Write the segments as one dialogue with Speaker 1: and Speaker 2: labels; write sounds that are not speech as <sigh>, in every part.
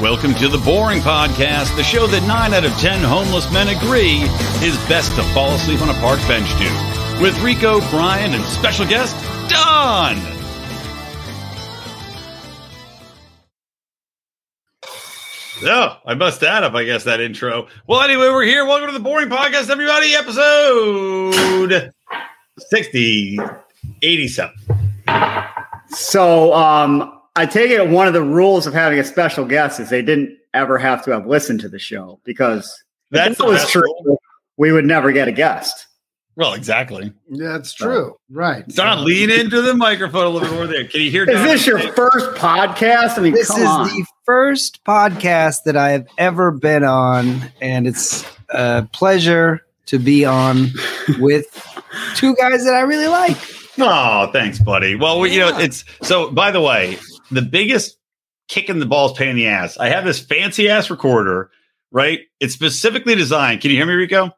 Speaker 1: Welcome to the Boring Podcast, the show that nine out of ten homeless men agree is best to fall asleep on a park bench to. With Rico, Brian, and special guest, Don! Oh, I bust that up, I guess, that intro. Well, anyway, we're here. Welcome to the Boring Podcast, everybody. Episode 60, 87.
Speaker 2: So um, I take it one of the rules of having a special guest is they didn't ever have to have listened to the show because if
Speaker 1: That's
Speaker 2: that
Speaker 1: the
Speaker 2: was
Speaker 1: best
Speaker 2: true.
Speaker 1: rule.
Speaker 2: We would never get a guest.
Speaker 1: Well, exactly.
Speaker 3: Yeah, it's true. Right.
Speaker 1: Don, lean into the microphone a little bit more there. Can you hear
Speaker 2: Is
Speaker 1: Don?
Speaker 2: this your first podcast? I mean,
Speaker 3: This
Speaker 2: come
Speaker 3: is
Speaker 2: on.
Speaker 3: the first podcast that I have ever been on, and it's a pleasure to be <laughs> on with two guys that I really like.
Speaker 1: Oh, thanks, buddy. Well, we, you know, it's so. By the way, the biggest kick in the balls, pain in the ass. I have this fancy ass recorder, right? It's specifically designed. Can you hear me, Rico?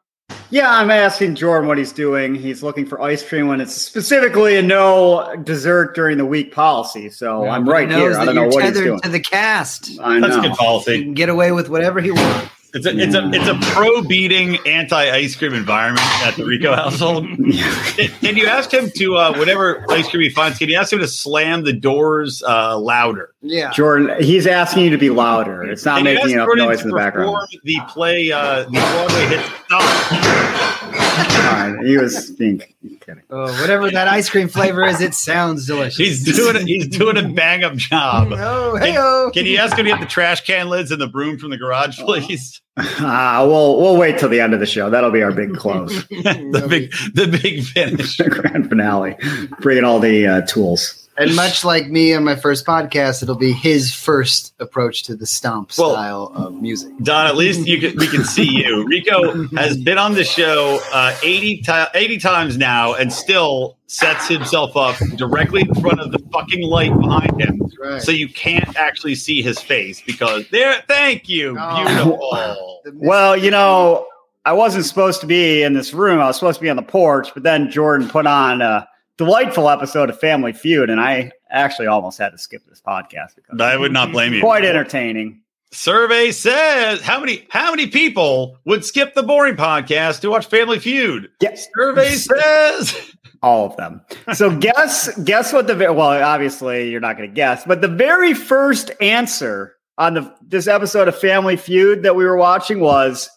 Speaker 2: yeah, I'm asking Jordan what he's doing. He's looking for ice cream when it's specifically a no dessert during the week policy. So Oh, I'm right
Speaker 3: Nobody knows
Speaker 2: here. I
Speaker 3: that
Speaker 2: don't know
Speaker 3: you're
Speaker 2: what he's
Speaker 3: tethered
Speaker 2: doing.
Speaker 3: To the cast,
Speaker 2: I
Speaker 1: That's
Speaker 2: know.
Speaker 1: good
Speaker 3: he
Speaker 1: policy.
Speaker 3: can get away with whatever he wants.
Speaker 1: It's a, it's a, it's a pro beating anti ice cream environment at the Rico
Speaker 2: <laughs>
Speaker 1: household. Can- Can you ask him to uh, whatever ice cream he finds? Can you ask him to slam the doors uh, louder?
Speaker 3: Yeah.
Speaker 2: Jordan, he's asking you to be louder. It's not
Speaker 1: Can you
Speaker 2: making
Speaker 1: ask
Speaker 2: enough
Speaker 1: Jordan
Speaker 2: noise
Speaker 1: to
Speaker 2: in the background.
Speaker 1: perform The play, uh, the Broadway hit "Stop."
Speaker 2: All right, he was being kidding.
Speaker 3: Oh, whatever that ice cream flavor is, it sounds delicious.
Speaker 1: He's doing it. He's doing a bang up job.
Speaker 3: <laughs> Oh, hey-o.
Speaker 1: Can you ask him to get the trash can lids and the broom from the garage, please? <laughs>
Speaker 2: Ah, we'll we'll wait till the end of the show. That'll be our big close, <laughs>
Speaker 1: the big, the big finish.
Speaker 2: grand finale. Bringing all the uh, tools.
Speaker 3: And much like me on my first podcast, it'll be his first approach to the stomp
Speaker 1: Well-
Speaker 3: style of music.
Speaker 1: Don, at least you can, we can see you. Rico has been on the show uh, 80, ti- 80 times now and still sets himself up directly in front of the fucking light behind him.
Speaker 3: Right.
Speaker 1: So you can't actually see his face because there. Thank you,
Speaker 3: Oh.
Speaker 1: beautiful.
Speaker 3: The mis-
Speaker 2: Well, you know, I wasn't supposed to be in this room. I was supposed to be on the porch, but then Jordan put on a delightful episode of Family Feud, and I actually almost had to skip this podcast because
Speaker 1: I would not blame you.
Speaker 2: quite entertaining.
Speaker 1: Survey says how many how many people would skip the boring podcast to watch Family Feud?
Speaker 2: Yes,
Speaker 1: Survey says
Speaker 2: all of them. So guess guess what the ve- well, obviously you're not going to guess, but the very first answer on the this episode of Family Feud that we were watching was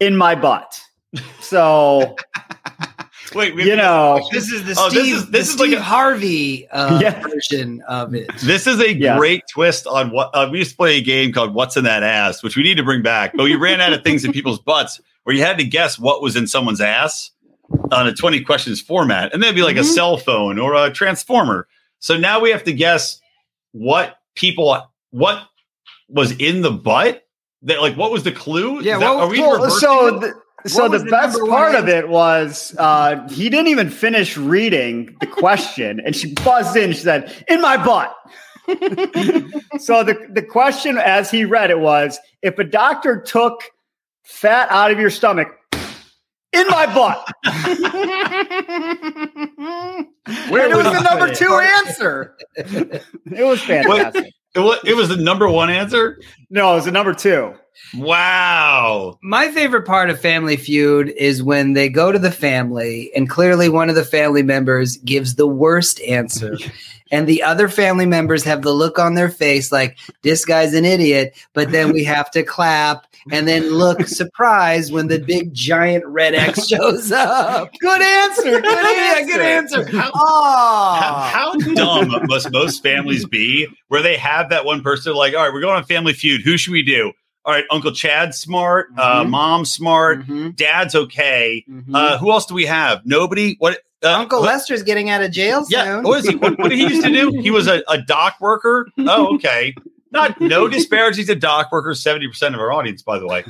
Speaker 2: in my butt. So
Speaker 1: Wait, we,
Speaker 2: you know,
Speaker 3: This is the
Speaker 1: Oh, this
Speaker 3: Steve,
Speaker 1: is- this
Speaker 3: the
Speaker 1: is like
Speaker 3: Steve
Speaker 1: a-
Speaker 3: Harvey <laughs> uh,
Speaker 2: Yeah.
Speaker 3: version of it.
Speaker 1: this is a
Speaker 2: Yeah.
Speaker 1: great twist on what uh, we used to play a game called "What's in That Ass," which we need to bring back. But we ran out of things in people's butts, where you had to guess what was in someone's ass on a twenty questions format, and that'd be like a
Speaker 2: Mm-hmm.
Speaker 3: Mhm.
Speaker 1: cell phone or a transformer. So now we have to guess what people what was in the butt. That like what was the clue?
Speaker 3: Yeah,
Speaker 1: Is that-
Speaker 3: what-
Speaker 1: are we
Speaker 3: well,
Speaker 1: reversing it?
Speaker 2: so the, so
Speaker 3: What
Speaker 2: the
Speaker 3: was the
Speaker 2: best
Speaker 3: number one
Speaker 2: part of it was uh, he didn't even finish reading the question, and she buzzed in. She said, "In my
Speaker 3: <laughs>
Speaker 2: butt." so the the question, as he read it, was: If a doctor took fat out of your stomach, in my butt.
Speaker 1: Where
Speaker 2: and <laughs> it was
Speaker 1: was
Speaker 2: the
Speaker 1: it?
Speaker 2: number two answer. It was fantastic.
Speaker 1: It was, it was the number one answer.
Speaker 2: No, it was the number two.
Speaker 1: Wow.
Speaker 3: My favorite part of Family Feud is when they go to the family, and clearly one of the family members gives the worst answer. And the other family members have the look on their face like, this guy's an idiot. But then we have to clap and then look surprised when the big giant red <laughs> X shows up. Good answer. Good <laughs> answer. good answer. Oh.
Speaker 1: How, how dumb must most families be where they have that one person like, all right, we're going on Family Feud. Who should we do? All right, Uncle Chad's smart, uh,
Speaker 2: Mm-hmm.
Speaker 3: Mhm.
Speaker 1: Mom's smart,
Speaker 3: Mhm,
Speaker 1: Dad's okay.
Speaker 3: mhm.
Speaker 1: Uh, who else do we have? Nobody. What? Uh,
Speaker 3: Uncle
Speaker 1: what-
Speaker 3: Lester's getting out of jail soon.
Speaker 1: Yeah. What is he? What, what did he used to do? He was a, a dock worker. Oh, okay. Not no disparities to dock workers. Seventy percent of our audience, by the way.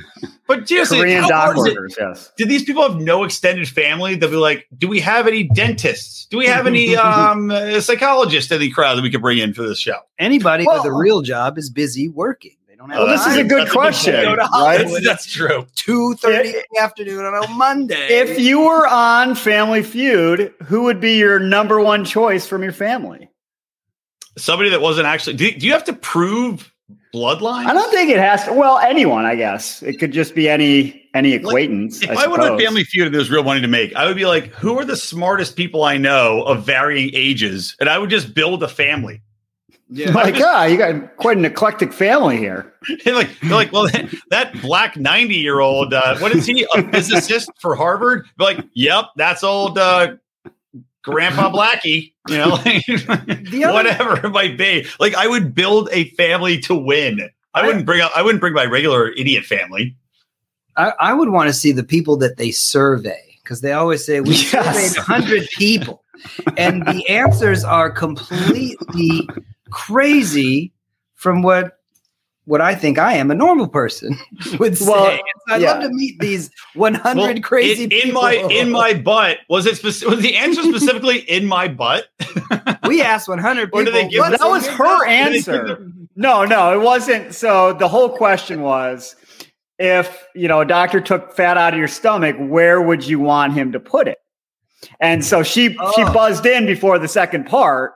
Speaker 1: But seriously,
Speaker 2: Korean
Speaker 1: how
Speaker 2: dock
Speaker 1: hard is it
Speaker 2: workers. Yes.
Speaker 1: do these people have no extended family? They'll be like, do we have any dentists? Do we have
Speaker 2: <laughs>
Speaker 1: any um, uh, psychologists in the crowd that we could bring in for this show?
Speaker 3: Anybody
Speaker 2: Well-
Speaker 3: with a real job is busy working. They don't have
Speaker 2: Well,
Speaker 1: Oh,
Speaker 2: this is a
Speaker 1: that's-
Speaker 2: good
Speaker 1: that's
Speaker 2: question,
Speaker 1: point.
Speaker 3: Go to
Speaker 2: right?
Speaker 1: That's, that's true.
Speaker 3: two thirty in the afternoon on a Monday.
Speaker 2: If you were on Family Feud, who would be your number one choice from your family?
Speaker 1: Somebody that wasn't actually. Do, do you have to prove bloodline?
Speaker 2: I don't think it has to. Well, anyone, I guess. It could just be any any acquaintance.
Speaker 1: If I, went on
Speaker 2: suppose.
Speaker 1: Family Feud and there was real money to make, I would be like, who are the smartest people I know of varying ages? And I would just build a family.
Speaker 4: Yeah.
Speaker 2: my God, you got quite an eclectic family here.
Speaker 1: And like, <laughs> they're like, well, that black 90 year old, uh, what is he, a physicist for Harvard? Be like, yep, that's old uh, Grandpa Blackie, you know, <laughs>
Speaker 3: The other-
Speaker 1: whatever it might be. Like, I would build a family to win. I
Speaker 3: I-
Speaker 1: wouldn't bring out, I wouldn't bring my regular idiot family.
Speaker 3: I, I would want to see the people that they survey because they always say we
Speaker 2: Yes.
Speaker 3: surveyed 100 people and the answers are completely crazy from what what I think I am a normal person <laughs> would say.
Speaker 2: Well,
Speaker 3: And so I'd love
Speaker 2: yeah.
Speaker 3: to meet these 100
Speaker 1: Well,
Speaker 3: crazy
Speaker 1: in, in
Speaker 3: people.
Speaker 1: my in my butt was it speci- was the answer specifically in my butt? <laughs>
Speaker 3: we asked 100 people.
Speaker 1: Or do they give-
Speaker 3: what's
Speaker 2: that
Speaker 3: in
Speaker 2: was
Speaker 3: your
Speaker 2: her
Speaker 3: gut?
Speaker 2: answer. No, no, it wasn't. So the whole question was if, you know, a doctor took fat out of your stomach, where would you want him to put it? And so she she
Speaker 3: Oh.
Speaker 2: buzzed in before the second part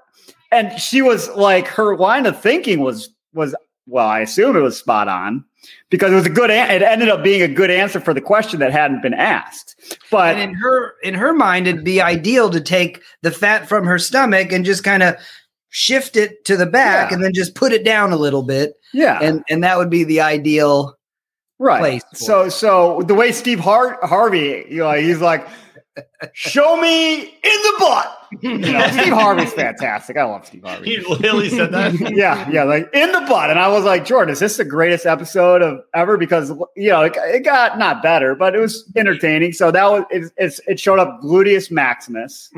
Speaker 2: and she was like her line of thinking was was well, I assume it was spot on because it was a good an- it ended up being a good answer for the question that hadn't been asked. But
Speaker 3: And in her in her mind, it'd be ideal to take the fat from her stomach and just kind of shift it to the back
Speaker 2: Yeah.
Speaker 3: and then just put it down a little bit.
Speaker 2: yeah.
Speaker 3: and and that would be
Speaker 2: <laughs>
Speaker 3: the ideal.
Speaker 2: right.
Speaker 3: place for
Speaker 2: So
Speaker 3: it.
Speaker 2: so the way Steve Har- Harvey, you know, he's like, show me in the butt. You know, Steve Harvey's fantastic. I love Steve
Speaker 1: He
Speaker 2: Harvey.
Speaker 1: literally said
Speaker 3: <laughs>
Speaker 1: that.
Speaker 2: Yeah, yeah, like in the butt. And I was like, Jordan, is this the greatest episode of ever? Because you know, it, it got not better, but it was entertaining. So that was it, it's it showed up gluteus maximus.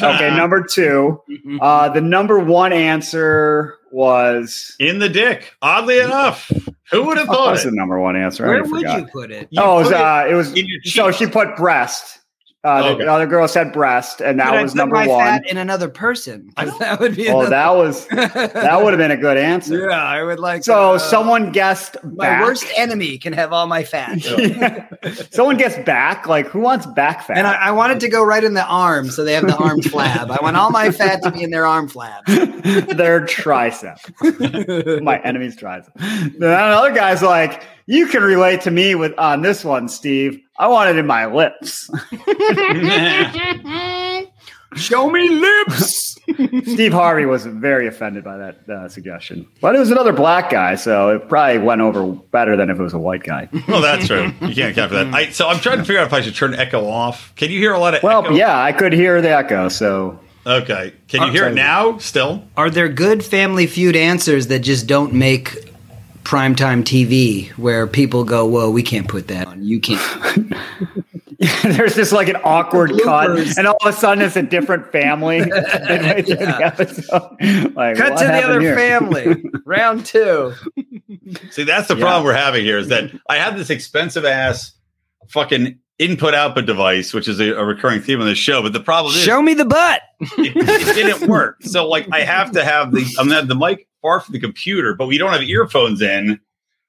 Speaker 1: <laughs>
Speaker 2: Okay, number two. Uh the number one answer was
Speaker 1: in the dick. Oddly enough, who would have
Speaker 2: what
Speaker 1: thought
Speaker 2: was the
Speaker 1: it?
Speaker 2: number one answer? I
Speaker 3: Where
Speaker 2: already
Speaker 3: would
Speaker 2: forgot.
Speaker 3: you put it?
Speaker 1: You
Speaker 2: oh, it was,
Speaker 1: put it
Speaker 2: uh, it was
Speaker 1: in your
Speaker 2: So
Speaker 1: cheek.
Speaker 2: she put breast. Uh,
Speaker 1: Okay.
Speaker 2: The other girl said breast, and that
Speaker 3: Could I
Speaker 2: was
Speaker 3: put
Speaker 2: number
Speaker 3: my
Speaker 2: one.
Speaker 3: Fat in another person.
Speaker 1: I don't-
Speaker 3: That would be.
Speaker 2: Oh,
Speaker 3: another-
Speaker 2: that was
Speaker 3: <laughs>
Speaker 2: that would have been a good answer.
Speaker 3: yeah, I would like.
Speaker 2: So
Speaker 3: uh,
Speaker 2: someone guessed
Speaker 3: My
Speaker 2: back. <laughs>
Speaker 3: worst enemy can have all my fat,
Speaker 2: Yeah. someone guessed back. Like who wants back fat?
Speaker 3: and I, I want it to go right in the arm, so they have the arm flab. I want all my fat to be in their arm flab.
Speaker 2: <laughs> Their tricep. my enemy's tricep. <laughs> Then another guy's like, "You can relate to me with on this one, Steve. I want it in my lips." <laughs>
Speaker 3: Show me lips.
Speaker 2: Steve Harvey was very offended by that uh, suggestion, but it was another black guy, so it probably went over better than if it was a white guy.
Speaker 3: <laughs>
Speaker 1: Well, that's true. You can't account for that. I, so I'm trying to figure out if I should turn echo off. Can you hear a lot of
Speaker 2: Well,
Speaker 1: echo?
Speaker 2: yeah, I could hear the echo. So <laughs>
Speaker 1: Okay. Can you hear it now still?
Speaker 3: Are there good Family Feud answers that just don't make primetime TV, where people go, "Whoa, we can't put that on. You can't."
Speaker 2: there's just like an awkward cut,
Speaker 3: Bloopers.
Speaker 2: and all of a sudden it's a different
Speaker 3: <laughs>
Speaker 2: family <laughs> midway through the episode. Like,
Speaker 3: Cut
Speaker 2: what
Speaker 3: to the
Speaker 2: happened
Speaker 3: other
Speaker 2: here? <laughs>
Speaker 3: family. Round two.
Speaker 1: See, that's the
Speaker 2: Yeah.
Speaker 1: problem we're having here is that I have this expensive ass fucking input output device, which is a, a recurring theme on this show. But the problem is
Speaker 3: Show me the butt.
Speaker 1: it, it didn't work. So like I have to have the I'm gonna have the mic far from the computer, but we don't have earphones in.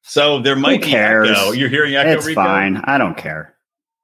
Speaker 1: So there might be
Speaker 2: cares?
Speaker 1: echo. You're hearing echo
Speaker 2: It's
Speaker 1: Rico?
Speaker 2: fine. I don't care.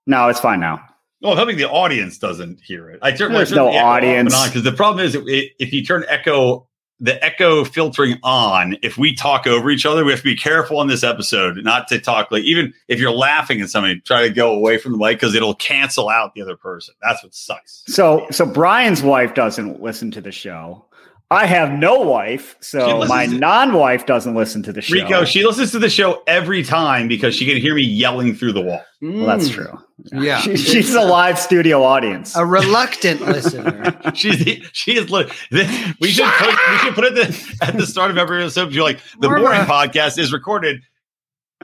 Speaker 2: No, it's fine now.
Speaker 1: Well, I'm hoping Oh, the audience doesn't hear it. I turn,
Speaker 2: There's
Speaker 1: I turn
Speaker 2: no
Speaker 1: the echo
Speaker 2: audience.
Speaker 1: off and on because the problem is i- if you turn echo the echo filtering on, if we talk over each other, we have to be careful on this episode not to talk like even if you're laughing at somebody, try to go away from the mic because it'll cancel out the other person. That's what sucks.
Speaker 2: So, so Brian's wife doesn't listen to the show. I have no wife,
Speaker 1: She
Speaker 2: so
Speaker 1: listens
Speaker 2: my
Speaker 1: to-
Speaker 2: non-wife doesn't listen to the show.
Speaker 1: Rico, she listens to the show every time because she can hear me yelling through the wall.
Speaker 2: well, that's true.
Speaker 3: Mm. Yeah.
Speaker 2: She- she's a live studio audience. <laughs>
Speaker 3: A reluctant listener.
Speaker 1: She's the, she is. Li- this, we should put, we should put it the, at the start of every episode. You're like the
Speaker 3: More of
Speaker 1: boring
Speaker 3: a-
Speaker 1: podcast is recorded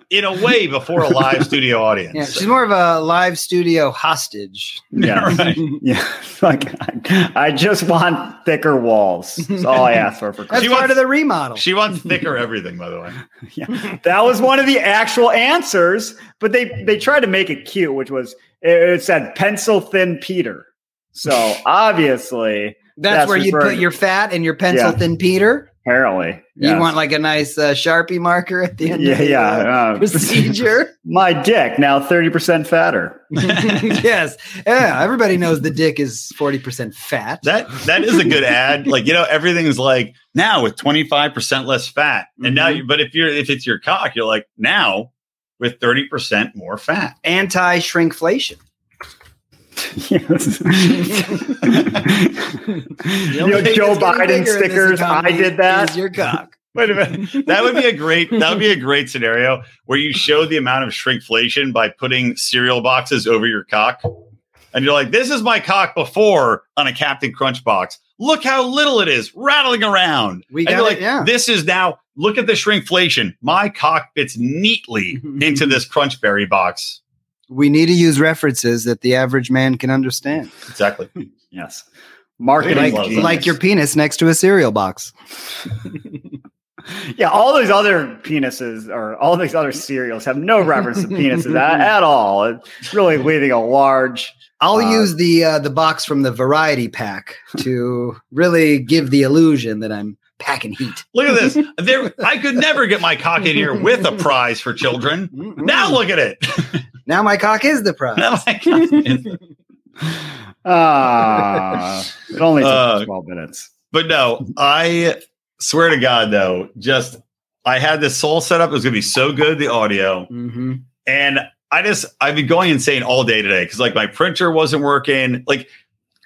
Speaker 1: in a way before a live studio audience.
Speaker 3: Yeah, she's more of a live studio hostage. <laughs>
Speaker 2: Yeah,
Speaker 1: <laughs> Right.
Speaker 2: <laughs> yeah. Like I, I just want thicker walls. That's all I asked for for
Speaker 3: That's
Speaker 1: She
Speaker 3: part
Speaker 1: wants-
Speaker 3: of the remodel.
Speaker 1: She wants thicker everything, by the way.
Speaker 2: Yeah. That was one of the actual answers, but they they tried to make it cute, which was it said pencil thin Peter. So obviously,
Speaker 3: <laughs> that's,
Speaker 2: that's
Speaker 3: where you
Speaker 2: referring-
Speaker 3: put your fat and your pencil
Speaker 2: Yeah.
Speaker 3: thin Peter.
Speaker 2: Apparently,
Speaker 3: You
Speaker 2: yes.
Speaker 3: want like a nice uh, Sharpie marker at the end
Speaker 2: yeah,
Speaker 3: of the
Speaker 2: yeah.
Speaker 3: uh,
Speaker 2: uh,
Speaker 3: <laughs> procedure?
Speaker 2: my dick now thirty percent fatter. <laughs>
Speaker 3: <laughs> yes. Yeah, everybody knows the dick is 40% fat.
Speaker 1: That that is a good
Speaker 3: <laughs>
Speaker 1: ad. Like you know, everything's like now with twenty five percent less fat, and
Speaker 3: Mm-hmm.
Speaker 1: now. You, but if you're if it's your cock, you're like now with thirty percent more fat.
Speaker 3: Anti shrinkflation.
Speaker 2: Yes.
Speaker 3: <laughs>
Speaker 2: you know,
Speaker 3: Thing
Speaker 2: Joe
Speaker 3: that's getting bigger in
Speaker 2: Biden
Speaker 3: this
Speaker 2: stickers. I
Speaker 3: economy
Speaker 2: did that.
Speaker 3: is your cock.
Speaker 1: Wait a
Speaker 3: <laughs>
Speaker 1: minute. That would be a great that would be a great scenario where you show the amount of shrinkflation by putting cereal boxes over your cock. And you're like, this is my cock before on a Captain Crunch box. Look how little it is rattling around. and
Speaker 3: We got
Speaker 1: you're
Speaker 3: it,
Speaker 1: like,
Speaker 3: yeah.
Speaker 1: this is now look at the shrinkflation. My cock fits
Speaker 3: <laughs>
Speaker 1: neatly into this crunchberry box.
Speaker 3: We need to use references that the average man can understand.
Speaker 1: Exactly.
Speaker 2: Yes. Marketing
Speaker 1: Like-
Speaker 2: genius.
Speaker 3: Like your penis next to a cereal box.
Speaker 2: yeah, all these other penises or all these other cereals have no reference to penises
Speaker 1: <laughs>
Speaker 2: at, at all. It's really leaving a large
Speaker 3: I'll
Speaker 2: Uh,
Speaker 3: use the uh, the box from the variety pack to really give the illusion that I'm packing heat.
Speaker 1: Look at this. There I could never get my cock in here with a prize for children. Now look at it. <laughs>
Speaker 3: now my cock is the prize.
Speaker 1: Now my cock
Speaker 3: <laughs>
Speaker 1: is-
Speaker 2: ah it only took
Speaker 1: Uh,
Speaker 2: 12 minutes.
Speaker 1: But no, I swear to God, though, just I had this soul set up. It was going to be so good, the audio.
Speaker 3: hmm
Speaker 1: And I just, I've been going insane all day today because like my printer wasn't working. Like,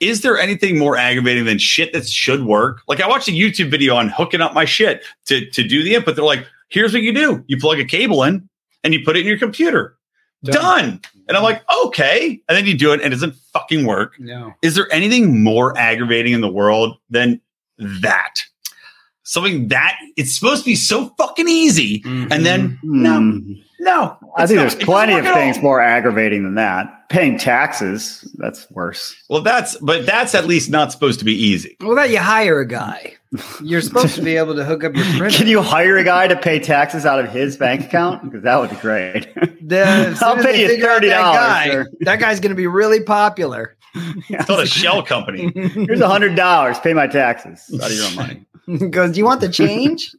Speaker 1: is there anything more aggravating than shit that should work? Like, I watched a YouTube video on hooking up my shit to, to do the input. They're like, here's what you do you plug a cable in and you put it in your computer. Done. And I'm like, okay. And then you do it and it doesn't fucking work
Speaker 3: No.
Speaker 1: is there anything more aggravating in the world than that? Something that it's supposed to be so fucking easy, and then no,
Speaker 2: Hmm.
Speaker 1: no.
Speaker 2: I
Speaker 1: it's not.
Speaker 2: think there's
Speaker 1: It doesn't
Speaker 2: plenty
Speaker 1: work
Speaker 2: of
Speaker 1: at all.
Speaker 2: things more aggravating than that. Paying taxes, that's worse.
Speaker 1: Well, that's but that's at least not supposed to be
Speaker 2: <laughs>
Speaker 1: easy.
Speaker 3: well, that you hire a guy. You're supposed to be able to hook
Speaker 2: <laughs>
Speaker 3: up your printer.
Speaker 2: Can you hire a guy to pay taxes out of his bank account? Because that would be great. <laughs>
Speaker 3: The- as soon
Speaker 2: I'll
Speaker 3: as
Speaker 2: pay
Speaker 3: they
Speaker 2: you
Speaker 3: figure out that
Speaker 2: $30,
Speaker 3: guy,
Speaker 2: sir.
Speaker 3: That guy's going to be really popular. <laughs>
Speaker 1: It's not a shell company.
Speaker 2: Here's a hundred dollars. Pay my taxes out of your own money.
Speaker 1: <laughs>
Speaker 3: Goes, do you want the change?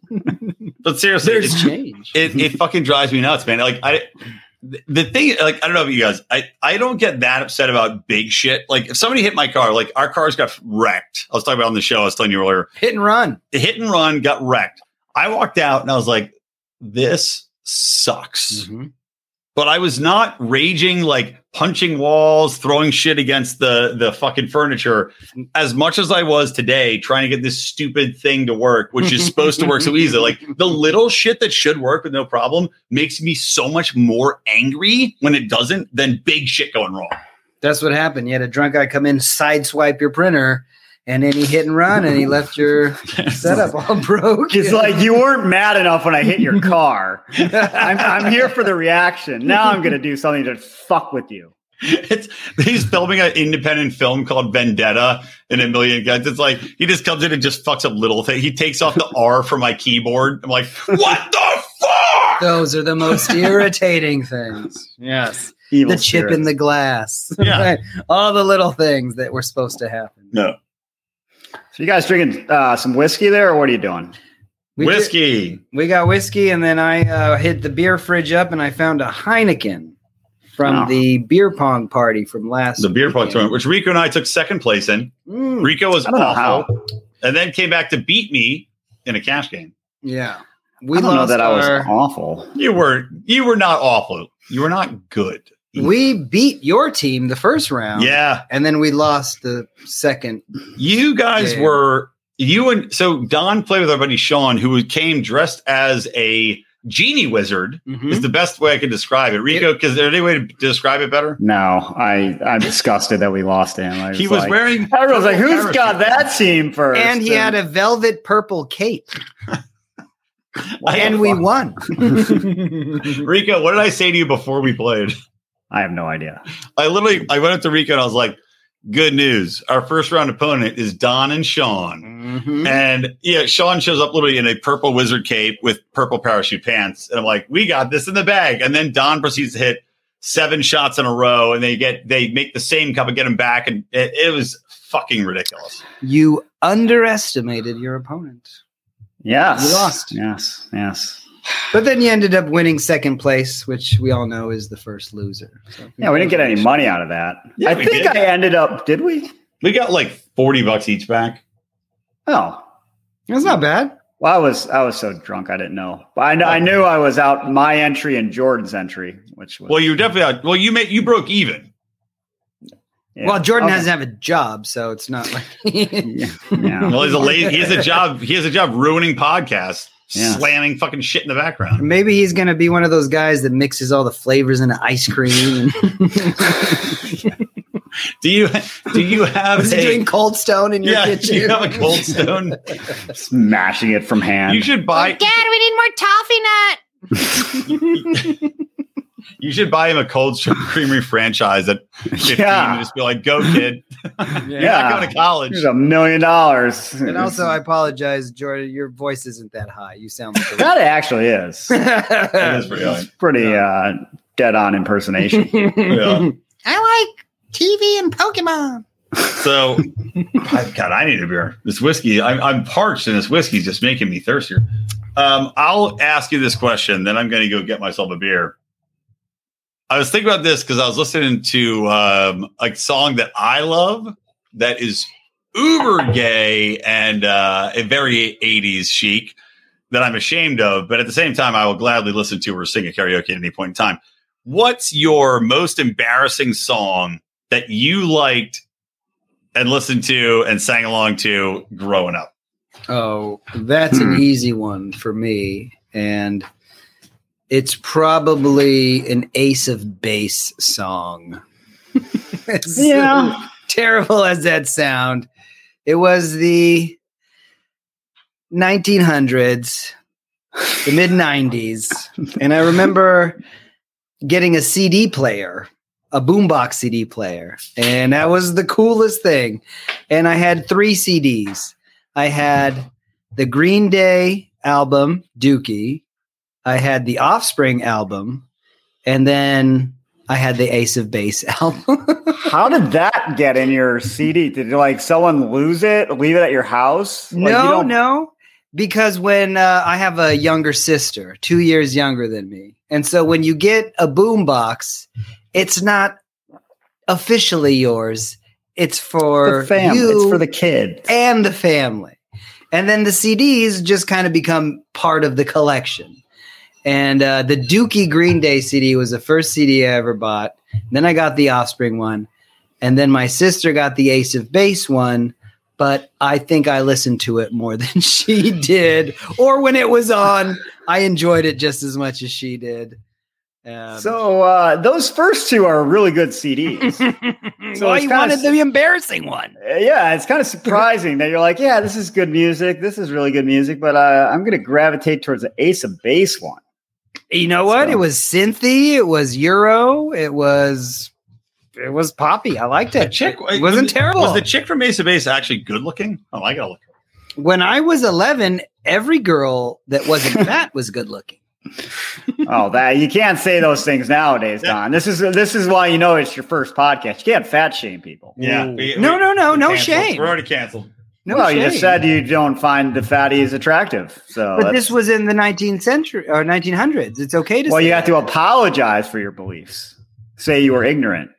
Speaker 1: But seriously, it's-
Speaker 3: change.
Speaker 1: it, it fucking drives me nuts, man. Like I, the- the thing, like I don't know about you guys, I I don't get that upset about big shit. Like if somebody hit my car, like our cars got wrecked. I was talking about on the show. I was telling you earlier.
Speaker 3: <laughs> Hit and run.
Speaker 1: the hit and run got wrecked. I walked out and I was like, this sucks.
Speaker 3: Mm-hmm.
Speaker 2: Mm-hmm.
Speaker 1: But I was not raging like punching walls, throwing shit against the the fucking furniture as much as I was today trying to get this stupid thing to work, which is supposed to work so easy. Like the little shit that should work with no problem makes me so much more angry when it doesn't than big shit going wrong.
Speaker 3: That's what happened. You had a drunk guy come in, sideswipe your printer, and then he hit and run, and he left your
Speaker 2: <laughs>
Speaker 3: setup all broke.
Speaker 2: It's like you weren't mad enough when I hit your car. I'm,
Speaker 3: <laughs>
Speaker 2: I'm here for the reaction. Now I'm going to do something to fuck with you.
Speaker 1: <laughs> It's he's filming an independent film called Vendetta and a million guns. It's like he just comes in and just fucks up little things. He takes off
Speaker 2: <laughs>
Speaker 1: the R from my keyboard. I'm like, what the fuck?
Speaker 3: Those are the most irritating things. Yes.
Speaker 2: Evil
Speaker 3: The chip in the glass.
Speaker 1: Yeah.
Speaker 3: Right. <laughs> All the little things that were supposed to happen.
Speaker 1: No
Speaker 2: So you guys drinking uh, some whiskey there, or what are you doing?
Speaker 3: We did-
Speaker 1: whiskey.
Speaker 3: we got whiskey, and then I uh, hid the beer fridge up, and I found a Heineken from
Speaker 2: Oh.
Speaker 3: the beer pong party from last.
Speaker 1: the beer pong
Speaker 3: weekend.
Speaker 1: tournament, which Rico and I took second place in.
Speaker 3: Mm,
Speaker 1: Rico was
Speaker 2: I don't know how.
Speaker 1: awful, and then came back to beat me in a cash game.
Speaker 3: yeah.
Speaker 2: I
Speaker 3: We
Speaker 2: don't know
Speaker 3: lost
Speaker 2: that I was
Speaker 3: our-
Speaker 2: awful.
Speaker 1: You were you were not awful. You were not good.
Speaker 3: We beat your team the first round.
Speaker 1: Yeah,
Speaker 3: And then we lost the second.
Speaker 1: You guys
Speaker 3: Yeah.
Speaker 1: were you and so Don played with our buddy Sean, who came dressed as a genie wizard.
Speaker 3: Hmm?
Speaker 1: Is the best way I can describe it, Rico. Because there any way to describe it better?
Speaker 2: No, I I'm disgusted that we lost him. I
Speaker 1: He was
Speaker 2: like-
Speaker 1: wearing.
Speaker 2: Everyone's like, who's
Speaker 1: Parachute.
Speaker 2: got that team first?
Speaker 3: And he had a velvet purple cape, and we won.
Speaker 1: Rico, what did I say to you before we played?
Speaker 2: I have no idea.
Speaker 1: I literally, I went up to Rico and I was like, "Good news! Our first round opponent is Don and Sean."
Speaker 3: Mm-hmm.
Speaker 1: And yeah, Sean shows up literally in a purple wizard cape with purple parachute pants. And I'm like, we got this in the bag. And then Don proceeds to hit seven shots in a row and they get, they make the same cup and get him back. And it, it was fucking ridiculous.
Speaker 3: You underestimated your opponent.
Speaker 2: Yes.
Speaker 3: You lost.
Speaker 2: Yes. Yes.
Speaker 3: But then you ended up winning second place, which we all know is the first loser. So
Speaker 2: Yeah, we didn't get any money out of that.
Speaker 1: Yeah,
Speaker 2: I
Speaker 1: we
Speaker 2: think
Speaker 1: did.
Speaker 2: I ended up, did we?
Speaker 1: We got like 40 bucks each back.
Speaker 2: Oh.
Speaker 3: That's not bad.
Speaker 2: Well, I was I was so drunk I didn't know. But I, kn- I knew I was out my entry and Jordan's entry, which was
Speaker 1: Well, you were definitely out. Well, you made you broke even.
Speaker 2: yeah.
Speaker 3: Well, Jordan
Speaker 2: Okay.
Speaker 3: doesn't have a job, so it's not like <laughs>
Speaker 2: Yeah. yeah.
Speaker 1: Well, he's a late, he has a job. He has a job ruining podcasts,
Speaker 2: Yeah.
Speaker 1: slamming fucking shit in the background.
Speaker 3: maybe he's gonna be one of those guys that mixes all the flavors into ice <laughs> cream.
Speaker 1: Do you do you
Speaker 3: <laughs>
Speaker 1: have
Speaker 3: Was
Speaker 1: a,
Speaker 3: he doing cold stone in your
Speaker 1: yeah,
Speaker 3: kitchen?
Speaker 1: do you have a
Speaker 3: <laughs>
Speaker 1: cold stone? <laughs>
Speaker 2: Smashing it from hand.
Speaker 1: You should
Speaker 4: Oh,
Speaker 1: buy
Speaker 4: Dad, we need more toffee nut.
Speaker 1: you should buy him a cold stone creamery franchise at 15
Speaker 2: <laughs> Yeah.
Speaker 1: and just be like, go kid. You're
Speaker 2: Yeah.
Speaker 1: not going to college.
Speaker 2: Here's a million dollars.
Speaker 3: And also, I apologize, Jordan. Your voice isn't that high. You sound like <laughs>
Speaker 2: that actually is.
Speaker 1: <laughs> That
Speaker 3: a <laughs>
Speaker 1: is pretty high.
Speaker 2: It's pretty uh, dead on impersonation.
Speaker 3: <laughs>
Speaker 1: Yeah.
Speaker 4: I like TV and Pokemon.
Speaker 1: So, I- God, I need a beer. This whiskey, I'm, I'm parched, and this whiskey's just making me thirstier. Um, I'll ask you this question, then I'm going to go get myself a beer. I was thinking about this because I was listening to um, a song that I love that is uber gay and uh, a very 80s chic that I'm ashamed of, but at the same time, I will gladly listen to or sing a karaoke at any point in time. What's your most embarrassing song that you liked and listened to and sang along to growing up?
Speaker 3: oh, that's an easy one for me, and it's probably an Ace of Base song. <laughs> It's-
Speaker 2: yeah.
Speaker 3: terrible as that sound, it was the 1900s, the mid 90s, and I remember getting a CD player, a boombox CD player, and that was the coolest thing. And I had three CDs. I had the Green Day album, Dookie. I had the Offspring album, and then I had the Ace of Base <laughs> album.
Speaker 2: How did that get in your CD? Did like someone lose it, leave it at your house? Like, you
Speaker 3: no,
Speaker 2: don't-
Speaker 3: no, because when uh, I have a younger sister, two years younger than me, and so when you get a boombox, it's not officially yours. It's for
Speaker 2: The fam.
Speaker 3: you
Speaker 2: It's for the kid.
Speaker 3: and the family, and then the CDs just kind of become part of the collection. And uh, the Dookie Green Day CD was the first CD I ever bought. Then I got the Offspring one, and then my sister got the Ace of Base one. But I think I listened to it more <laughs> than she did, or when it was on, I enjoyed it just as much as she did. Um,
Speaker 2: So uh, those first two are really good CDs.
Speaker 3: <laughs>
Speaker 2: so
Speaker 3: I
Speaker 2: it's kinda-
Speaker 3: wanted the embarrassing one.
Speaker 2: yeah, it's kind of surprising that you're like, yeah, this is good music. This is really good music, but uh, I'm going to gravitate towards the Ace of Base one.
Speaker 3: You know what?
Speaker 2: So-
Speaker 3: It was synthy. It was euro. It was it was poppy. I liked
Speaker 1: The
Speaker 3: it.
Speaker 1: chick
Speaker 3: It wasn't
Speaker 1: was the-
Speaker 3: terrible.
Speaker 1: Was the chick from Ace of Base actually good looking? Oh, I gotta look. her up.
Speaker 3: when I was eleven, every girl that
Speaker 1: <laughs>
Speaker 3: wasn't fat was good looking.
Speaker 2: oh, that you can't say those things nowadays, Don. This is this is why you know it's your first podcast. You can't fat shame people.
Speaker 1: Yeah,
Speaker 3: Ooh.
Speaker 1: we-
Speaker 3: no,
Speaker 1: we-
Speaker 3: no, Oh, no,
Speaker 1: we're
Speaker 3: no
Speaker 1: canceled.
Speaker 3: shame.
Speaker 1: We're already canceled.
Speaker 3: No
Speaker 2: well,
Speaker 3: shame.
Speaker 2: you just said you don't find the fatties attractive. So
Speaker 3: but
Speaker 2: that's-
Speaker 3: this was in the 19th century or 1900s. It's okay to.
Speaker 2: well,
Speaker 3: say
Speaker 2: you have
Speaker 3: that.
Speaker 2: to apologize for your beliefs. Say you were ignorant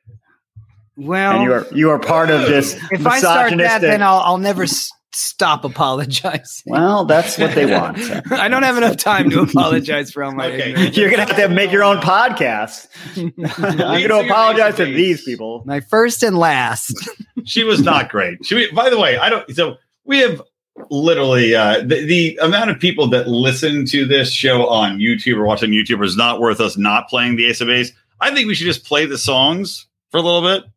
Speaker 3: Well,
Speaker 2: and you are you are part of this
Speaker 3: if I start that,
Speaker 2: misogynistic-
Speaker 3: then I'll I'll never s- stop apologizing.
Speaker 2: well, that's what they want.
Speaker 3: <laughs> I don't have enough
Speaker 2: <laughs>
Speaker 3: time to apologize for all my.
Speaker 1: Okay.
Speaker 3: ignorance.
Speaker 2: You're gonna have to make your own
Speaker 3: <laughs>
Speaker 2: podcast. I'm
Speaker 1: Lisa,
Speaker 2: gonna
Speaker 1: you're
Speaker 2: apologize to
Speaker 1: amazing.
Speaker 2: these people.
Speaker 3: My first and last.
Speaker 1: She was
Speaker 3: <laughs>
Speaker 1: not great. She, by the way, I don't. So we have literally uh, the the amount of people that listen to this show on YouTube or watching YouTube is not worth us not playing the Ace of Base. I think we should just play the songs for a little bit.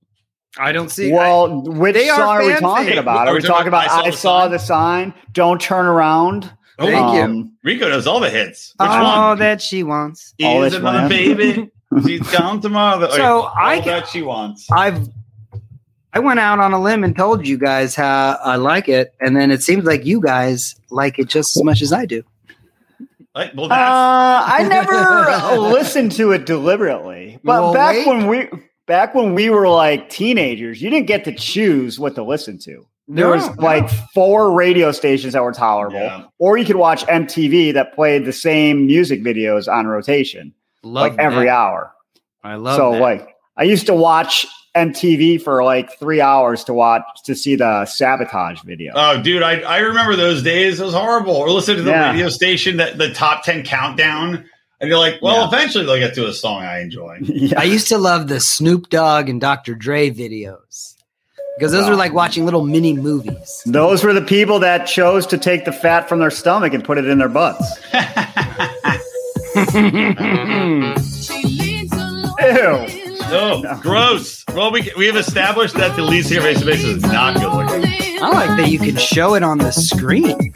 Speaker 3: I don't see.
Speaker 2: Well, which
Speaker 3: They are
Speaker 2: song are we
Speaker 3: fan
Speaker 2: talking
Speaker 1: favorite.
Speaker 2: about? Are we talking about I saw the sign? Don't turn around.
Speaker 1: Oh,
Speaker 3: Thank you.
Speaker 2: Um,
Speaker 1: Rico knows all the hits. Which
Speaker 3: all
Speaker 1: one?
Speaker 3: Oh, that she wants.
Speaker 2: All
Speaker 1: is
Speaker 2: that you
Speaker 1: another
Speaker 2: want.
Speaker 1: baby. She's gone tomorrow.
Speaker 3: So I
Speaker 1: all
Speaker 3: ca-
Speaker 1: that she wants.
Speaker 3: I've I went out on a limb and told you guys how I like it, and then it seems like you guys like it just as much as I do.
Speaker 1: Like, well,
Speaker 2: Uh,
Speaker 1: that's
Speaker 2: I
Speaker 3: <laughs>
Speaker 2: never listened to it deliberately, but
Speaker 3: Well,
Speaker 2: back
Speaker 3: wait.
Speaker 2: when we back when we were like teenagers, you didn't get to choose what to listen to. There was
Speaker 3: No,
Speaker 2: like four radio stations that were tolerable,
Speaker 1: Yeah.
Speaker 2: or you could watch MTV that played the same music videos on rotation,
Speaker 3: Love
Speaker 2: like every
Speaker 3: that.
Speaker 2: hour.
Speaker 3: I love
Speaker 2: so
Speaker 3: that.
Speaker 2: like I used to watch MTV for like three hours to watch to see the sabotage video.
Speaker 3: Uh,
Speaker 1: Oh, dude, I, I remember those days. It was horrible. Or listen to the
Speaker 2: Yeah.
Speaker 1: radio station that the top ten countdown, and you're like, well,
Speaker 2: Yeah.
Speaker 1: eventually they'll get to a song I enjoy.
Speaker 2: <laughs> <laughs>
Speaker 3: I
Speaker 2: yeah.
Speaker 3: used to love the Snoop Dogg and Dr. Dre videos because those were like watching little mini <laughs> movies.
Speaker 2: Those were the people that chose to take the fat from their stomach and put it in their butts. Ew.
Speaker 1: Oh, gross. Well, we we have established that the least here face to face is not good looking.
Speaker 3: I like that you can show it on the screen.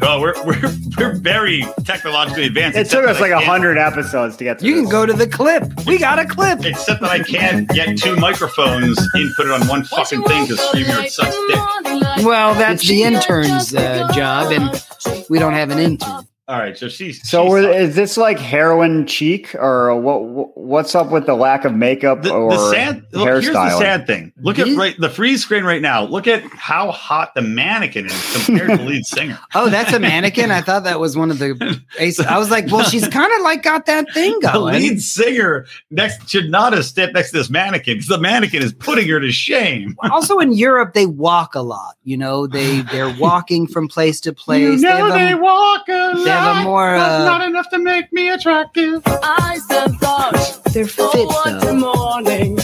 Speaker 1: Oh, we're we're we're very technologically advanced.
Speaker 2: It
Speaker 1: except
Speaker 2: took
Speaker 1: that
Speaker 2: us
Speaker 1: I
Speaker 2: like a
Speaker 1: can't-
Speaker 2: hundred episodes to get to
Speaker 3: You can
Speaker 2: this.
Speaker 3: go to the clip. We got a clip.
Speaker 1: Except that I can't get two microphones inputted on one fucking thing because StreamYard sucks dick.
Speaker 3: Well, that's the intern's uh, job, and we don't have an intern.
Speaker 1: All right, so she's
Speaker 2: So
Speaker 1: she's-
Speaker 2: we're, is this like heroin cheek or what? What's up with the lack of makeup
Speaker 1: the,
Speaker 2: or
Speaker 1: the sad look, here's the
Speaker 2: hairstyling? <laughs>
Speaker 1: sad thing. Look at
Speaker 3: These-
Speaker 1: right the freeze screen right now. Look at how hot the mannequin is compared to the lead
Speaker 2: <laughs>
Speaker 1: singer.
Speaker 3: Oh, that's a mannequin. I thought that was one of the. Ace. I was like, well, she's kind of like got that thing
Speaker 1: The
Speaker 3: going.
Speaker 1: lead singer next should not have stepped next to this mannequin because the mannequin is putting her to shame.
Speaker 3: Also in Europe, they walk a lot. You know, they <laughs> they're walking from place to place. They have a-
Speaker 1: walk a
Speaker 3: they have a more, uh,
Speaker 1: enough to make me attractive.
Speaker 5: Eyes of thought
Speaker 3: they're
Speaker 5: for
Speaker 3: fit
Speaker 5: what
Speaker 3: though.
Speaker 5: morning.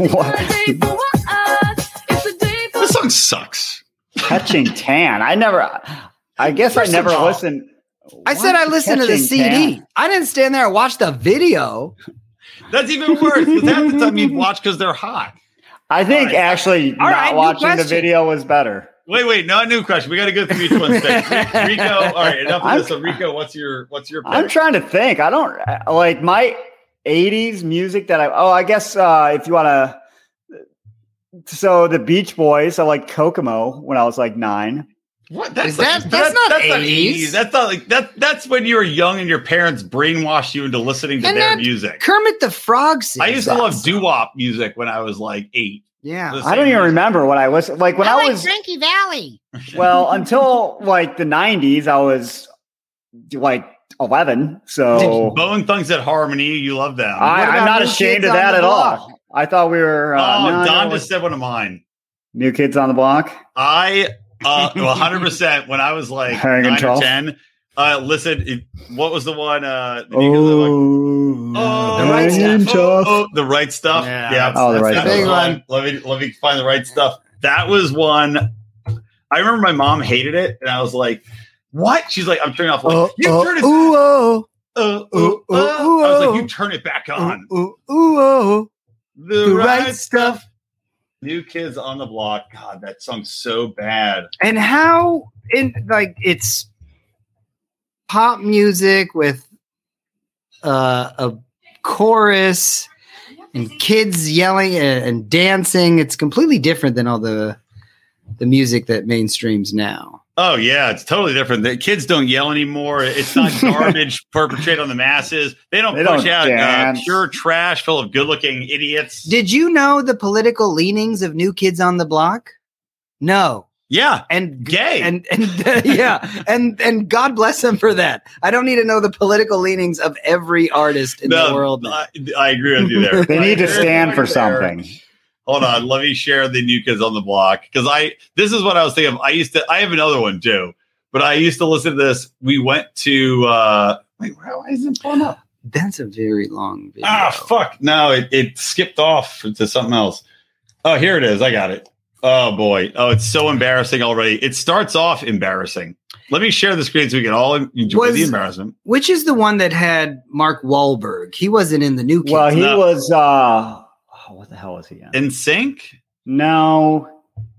Speaker 2: What?
Speaker 5: A day for what? It's a day for
Speaker 1: This song sucks.
Speaker 2: Catching tan. I never. I guess I
Speaker 1: First of
Speaker 2: never
Speaker 1: all,
Speaker 2: listened.
Speaker 3: I said I listened to the
Speaker 2: Catching
Speaker 3: CD.
Speaker 2: Tan.
Speaker 3: I didn't stand there and watch the video.
Speaker 1: That's even worse. 'cause Half the time you watch because they're hot.
Speaker 2: I think
Speaker 1: All right.
Speaker 2: actually
Speaker 3: All
Speaker 2: not
Speaker 3: right, new
Speaker 2: watching the
Speaker 3: question.
Speaker 2: video was better.
Speaker 1: Wait, wait, no new question. We got to go through each one.
Speaker 2: <laughs>
Speaker 1: Rico, all right, enough of
Speaker 2: I'm-
Speaker 1: this. So Rico, what's your what's your?
Speaker 2: I'm
Speaker 1: pick?
Speaker 2: trying to think. I don't uh, like my 80s music that I oh, I guess uh if you want to so the Beach Boys, I like Kokomo when I was like 9.
Speaker 1: What?
Speaker 3: Is that- that's not 80s.
Speaker 1: That's not like that. That's when you were young and your parents brainwashed you into listening to
Speaker 3: And
Speaker 1: their
Speaker 3: that-
Speaker 1: music.
Speaker 3: Kermit the Frog. Sings
Speaker 1: I used to
Speaker 3: that
Speaker 1: love
Speaker 3: song.
Speaker 1: doo wop music when I was like eight.
Speaker 3: Yeah.
Speaker 1: The
Speaker 2: I don't
Speaker 1: same
Speaker 2: even
Speaker 1: music.
Speaker 2: remember what I was like when
Speaker 4: I
Speaker 2: I
Speaker 4: like
Speaker 2: was
Speaker 4: Frankie Valley.
Speaker 2: well until like the 90s I was like 11.
Speaker 1: <laughs>
Speaker 2: So
Speaker 1: Bone Thugs at Harmony. You love them.
Speaker 2: I, I'm
Speaker 3: What about
Speaker 2: not
Speaker 3: New
Speaker 2: ashamed
Speaker 3: Kids
Speaker 2: of
Speaker 3: on
Speaker 2: that
Speaker 3: the
Speaker 2: at
Speaker 3: Block?
Speaker 2: all. I thought we were uh,
Speaker 1: oh,
Speaker 2: no,
Speaker 1: Don
Speaker 2: no,
Speaker 1: just said one of mine.
Speaker 2: new kids on the block.
Speaker 1: I
Speaker 2: <laughs>
Speaker 1: uh 100% when I was like
Speaker 2: Hang
Speaker 1: 9 or
Speaker 2: control.
Speaker 1: 10 uh listen it, what was the one uh the Nico-
Speaker 2: Oh,
Speaker 1: Oh,
Speaker 3: The Right
Speaker 2: hanging
Speaker 1: stuff. Oh,
Speaker 2: tough.
Speaker 1: oh, the right stuff.
Speaker 3: Yeah.
Speaker 1: Yeah.
Speaker 2: Oh, the Right
Speaker 1: that's
Speaker 3: Stuff.
Speaker 1: the one. Let me let me find the right stuff. That was one. I remember my mom hated it, and I was like, "What?" She's like, "I'm turning off." Like,
Speaker 3: Oh,
Speaker 1: you
Speaker 3: oh,
Speaker 1: turn it.
Speaker 3: ooh, oh.
Speaker 1: uh, uh,
Speaker 3: ooh,
Speaker 1: uh."
Speaker 3: ooh,
Speaker 1: I was
Speaker 3: ooh.
Speaker 1: like, "You turn it back on."
Speaker 3: Ooh, ooh, oh. ooh,
Speaker 1: The,
Speaker 3: the
Speaker 1: right,
Speaker 3: right
Speaker 1: stuff. New kids on the block. God, that song's so bad.
Speaker 3: And how in like it's pop music with uh, a chorus and kids yelling and, and dancing. It's completely different than all the the music that mainstreams now.
Speaker 1: Oh yeah, it's totally different. The kids don't yell anymore. It's not garbage perpetrated on the masses. They don't
Speaker 2: They
Speaker 1: push
Speaker 2: don't
Speaker 1: out uh,
Speaker 2: dance.
Speaker 1: pure trash full of good-looking idiots.
Speaker 3: Did you know the political leanings of New Kids on the Block? No.
Speaker 1: yeah,
Speaker 3: And
Speaker 1: gay.
Speaker 3: and and <laughs> yeah, and and God bless them for that. I don't need to know the political leanings of every artist in the world.
Speaker 1: I, I agree with you there.
Speaker 2: <laughs> They
Speaker 1: I
Speaker 2: need to
Speaker 1: agree
Speaker 2: stand
Speaker 1: with
Speaker 2: for
Speaker 1: you there.
Speaker 2: something.
Speaker 1: Hold on, let me share the new kids on the block because I this is what I was thinking. Of. I used to I have another one too, but I used to listen to this. We went to uh wait, where- why is it pulling up?
Speaker 3: That's a very long video.
Speaker 1: Ah, fuck! No, it, it skipped off to something else. Oh, here it is. I got it. Oh boy. Oh, it's so embarrassing already. It starts off embarrassing. Let me share the screen so we can all enjoy
Speaker 3: Was-
Speaker 1: the embarrassment.
Speaker 3: Which is the one that had Mark Wahlberg? He wasn't in the new kids.
Speaker 2: Well, he
Speaker 1: No.
Speaker 2: was. uh oh, What the hell was he in?
Speaker 1: In sync.
Speaker 2: no,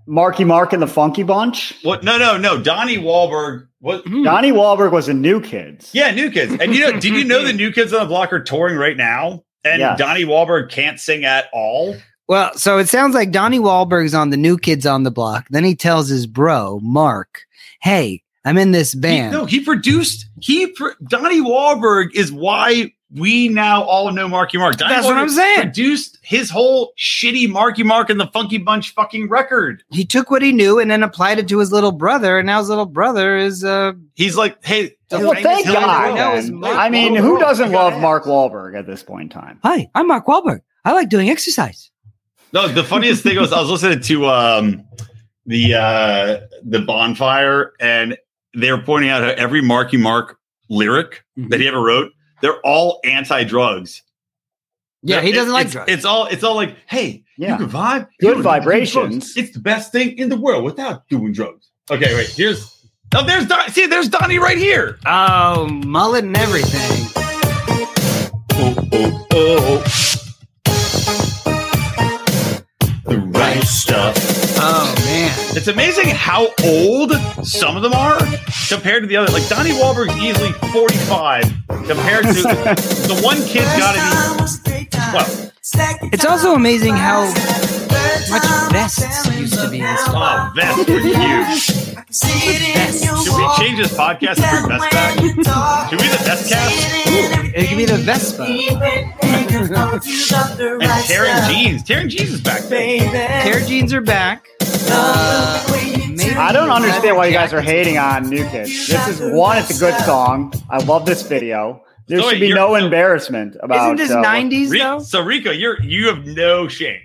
Speaker 2: Marky Mark and the Funky Bunch.
Speaker 1: What? No, no, no. Donnie Wahlberg. What?
Speaker 3: Hmm.
Speaker 2: Donnie Wahlberg was in New Kids.
Speaker 1: Yeah, New Kids. And you know, did you know the New Kids on the Block are touring right now? And
Speaker 2: Yes.
Speaker 1: Donnie Wahlberg can't sing at all.
Speaker 3: Well, so it sounds like Donnie Wahlberg's on the new kids on the block. Then he tells his bro Mark, "Hey, I'm in this
Speaker 1: He-
Speaker 3: band."
Speaker 1: no, he produced. He pro- Donnie Wahlberg is why we now all know Marky Mark. Diamond
Speaker 3: That's what I'm saying.
Speaker 1: Produced his whole shitty Marky Mark and the Funky Bunch fucking record.
Speaker 3: He took what he knew and then applied it to his little brother, and now his little brother is uh
Speaker 1: He's like, hey,
Speaker 2: Well,
Speaker 1: Diamond's
Speaker 2: thank
Speaker 1: Hill in the
Speaker 2: God.
Speaker 1: World.
Speaker 3: know is
Speaker 2: then.
Speaker 3: Mark
Speaker 2: I mean,
Speaker 3: Wahlberg.
Speaker 2: who doesn't
Speaker 3: You gotta
Speaker 2: love
Speaker 3: ask.
Speaker 2: Mark Wahlberg at this point in time?
Speaker 3: Hi, I'm Mark Wahlberg. I like doing exercise.
Speaker 1: No, the funniest thing was I was listening to um, the uh, the bonfire, and they were pointing out how every Marky Mark lyric
Speaker 3: Mm-hmm.
Speaker 1: that he ever wrote, they're all anti-drugs.
Speaker 3: Yeah, he
Speaker 1: It-
Speaker 3: doesn't like
Speaker 1: it's,
Speaker 3: drugs.
Speaker 1: It's all it's all like, hey,
Speaker 2: Yeah.
Speaker 1: you can vibe, you
Speaker 2: Good
Speaker 1: don't need to do
Speaker 2: vibrations.
Speaker 1: drugs. It's the best thing in the world without doing drugs. Okay, wait, here's. Oh, there's Don. See, there's Donnie right here.
Speaker 3: Oh, mullet and everything.
Speaker 1: Oh, oh, oh. The right stuff. <laughs>
Speaker 3: Oh man.
Speaker 1: It's amazing how old some of them are compared to the other. Like Donnie Wahlberg's easily 45 compared
Speaker 3: <laughs>
Speaker 1: to the one kid's got to be. Well,
Speaker 3: It's also amazing how much vests used to be in this
Speaker 1: oh, vests were huge. Should we change this podcast to bring vest back? Should we be the best cast?
Speaker 3: It could be the Vespa.
Speaker 1: And Taryn Jeans. Taryn Jeans is back there.
Speaker 3: Tear jeans are back. Uh, maybe
Speaker 2: I don't understand why you guys are
Speaker 3: jackets.
Speaker 2: hating on New Kids. This is one, it's a good song. I love this video. There
Speaker 1: So
Speaker 2: should
Speaker 1: wait,
Speaker 2: be
Speaker 1: you're-
Speaker 2: no embarrassment about
Speaker 3: Isn't this
Speaker 2: uh,
Speaker 3: 90s
Speaker 1: Re-
Speaker 3: though?
Speaker 1: so Rico, you're you have no shame.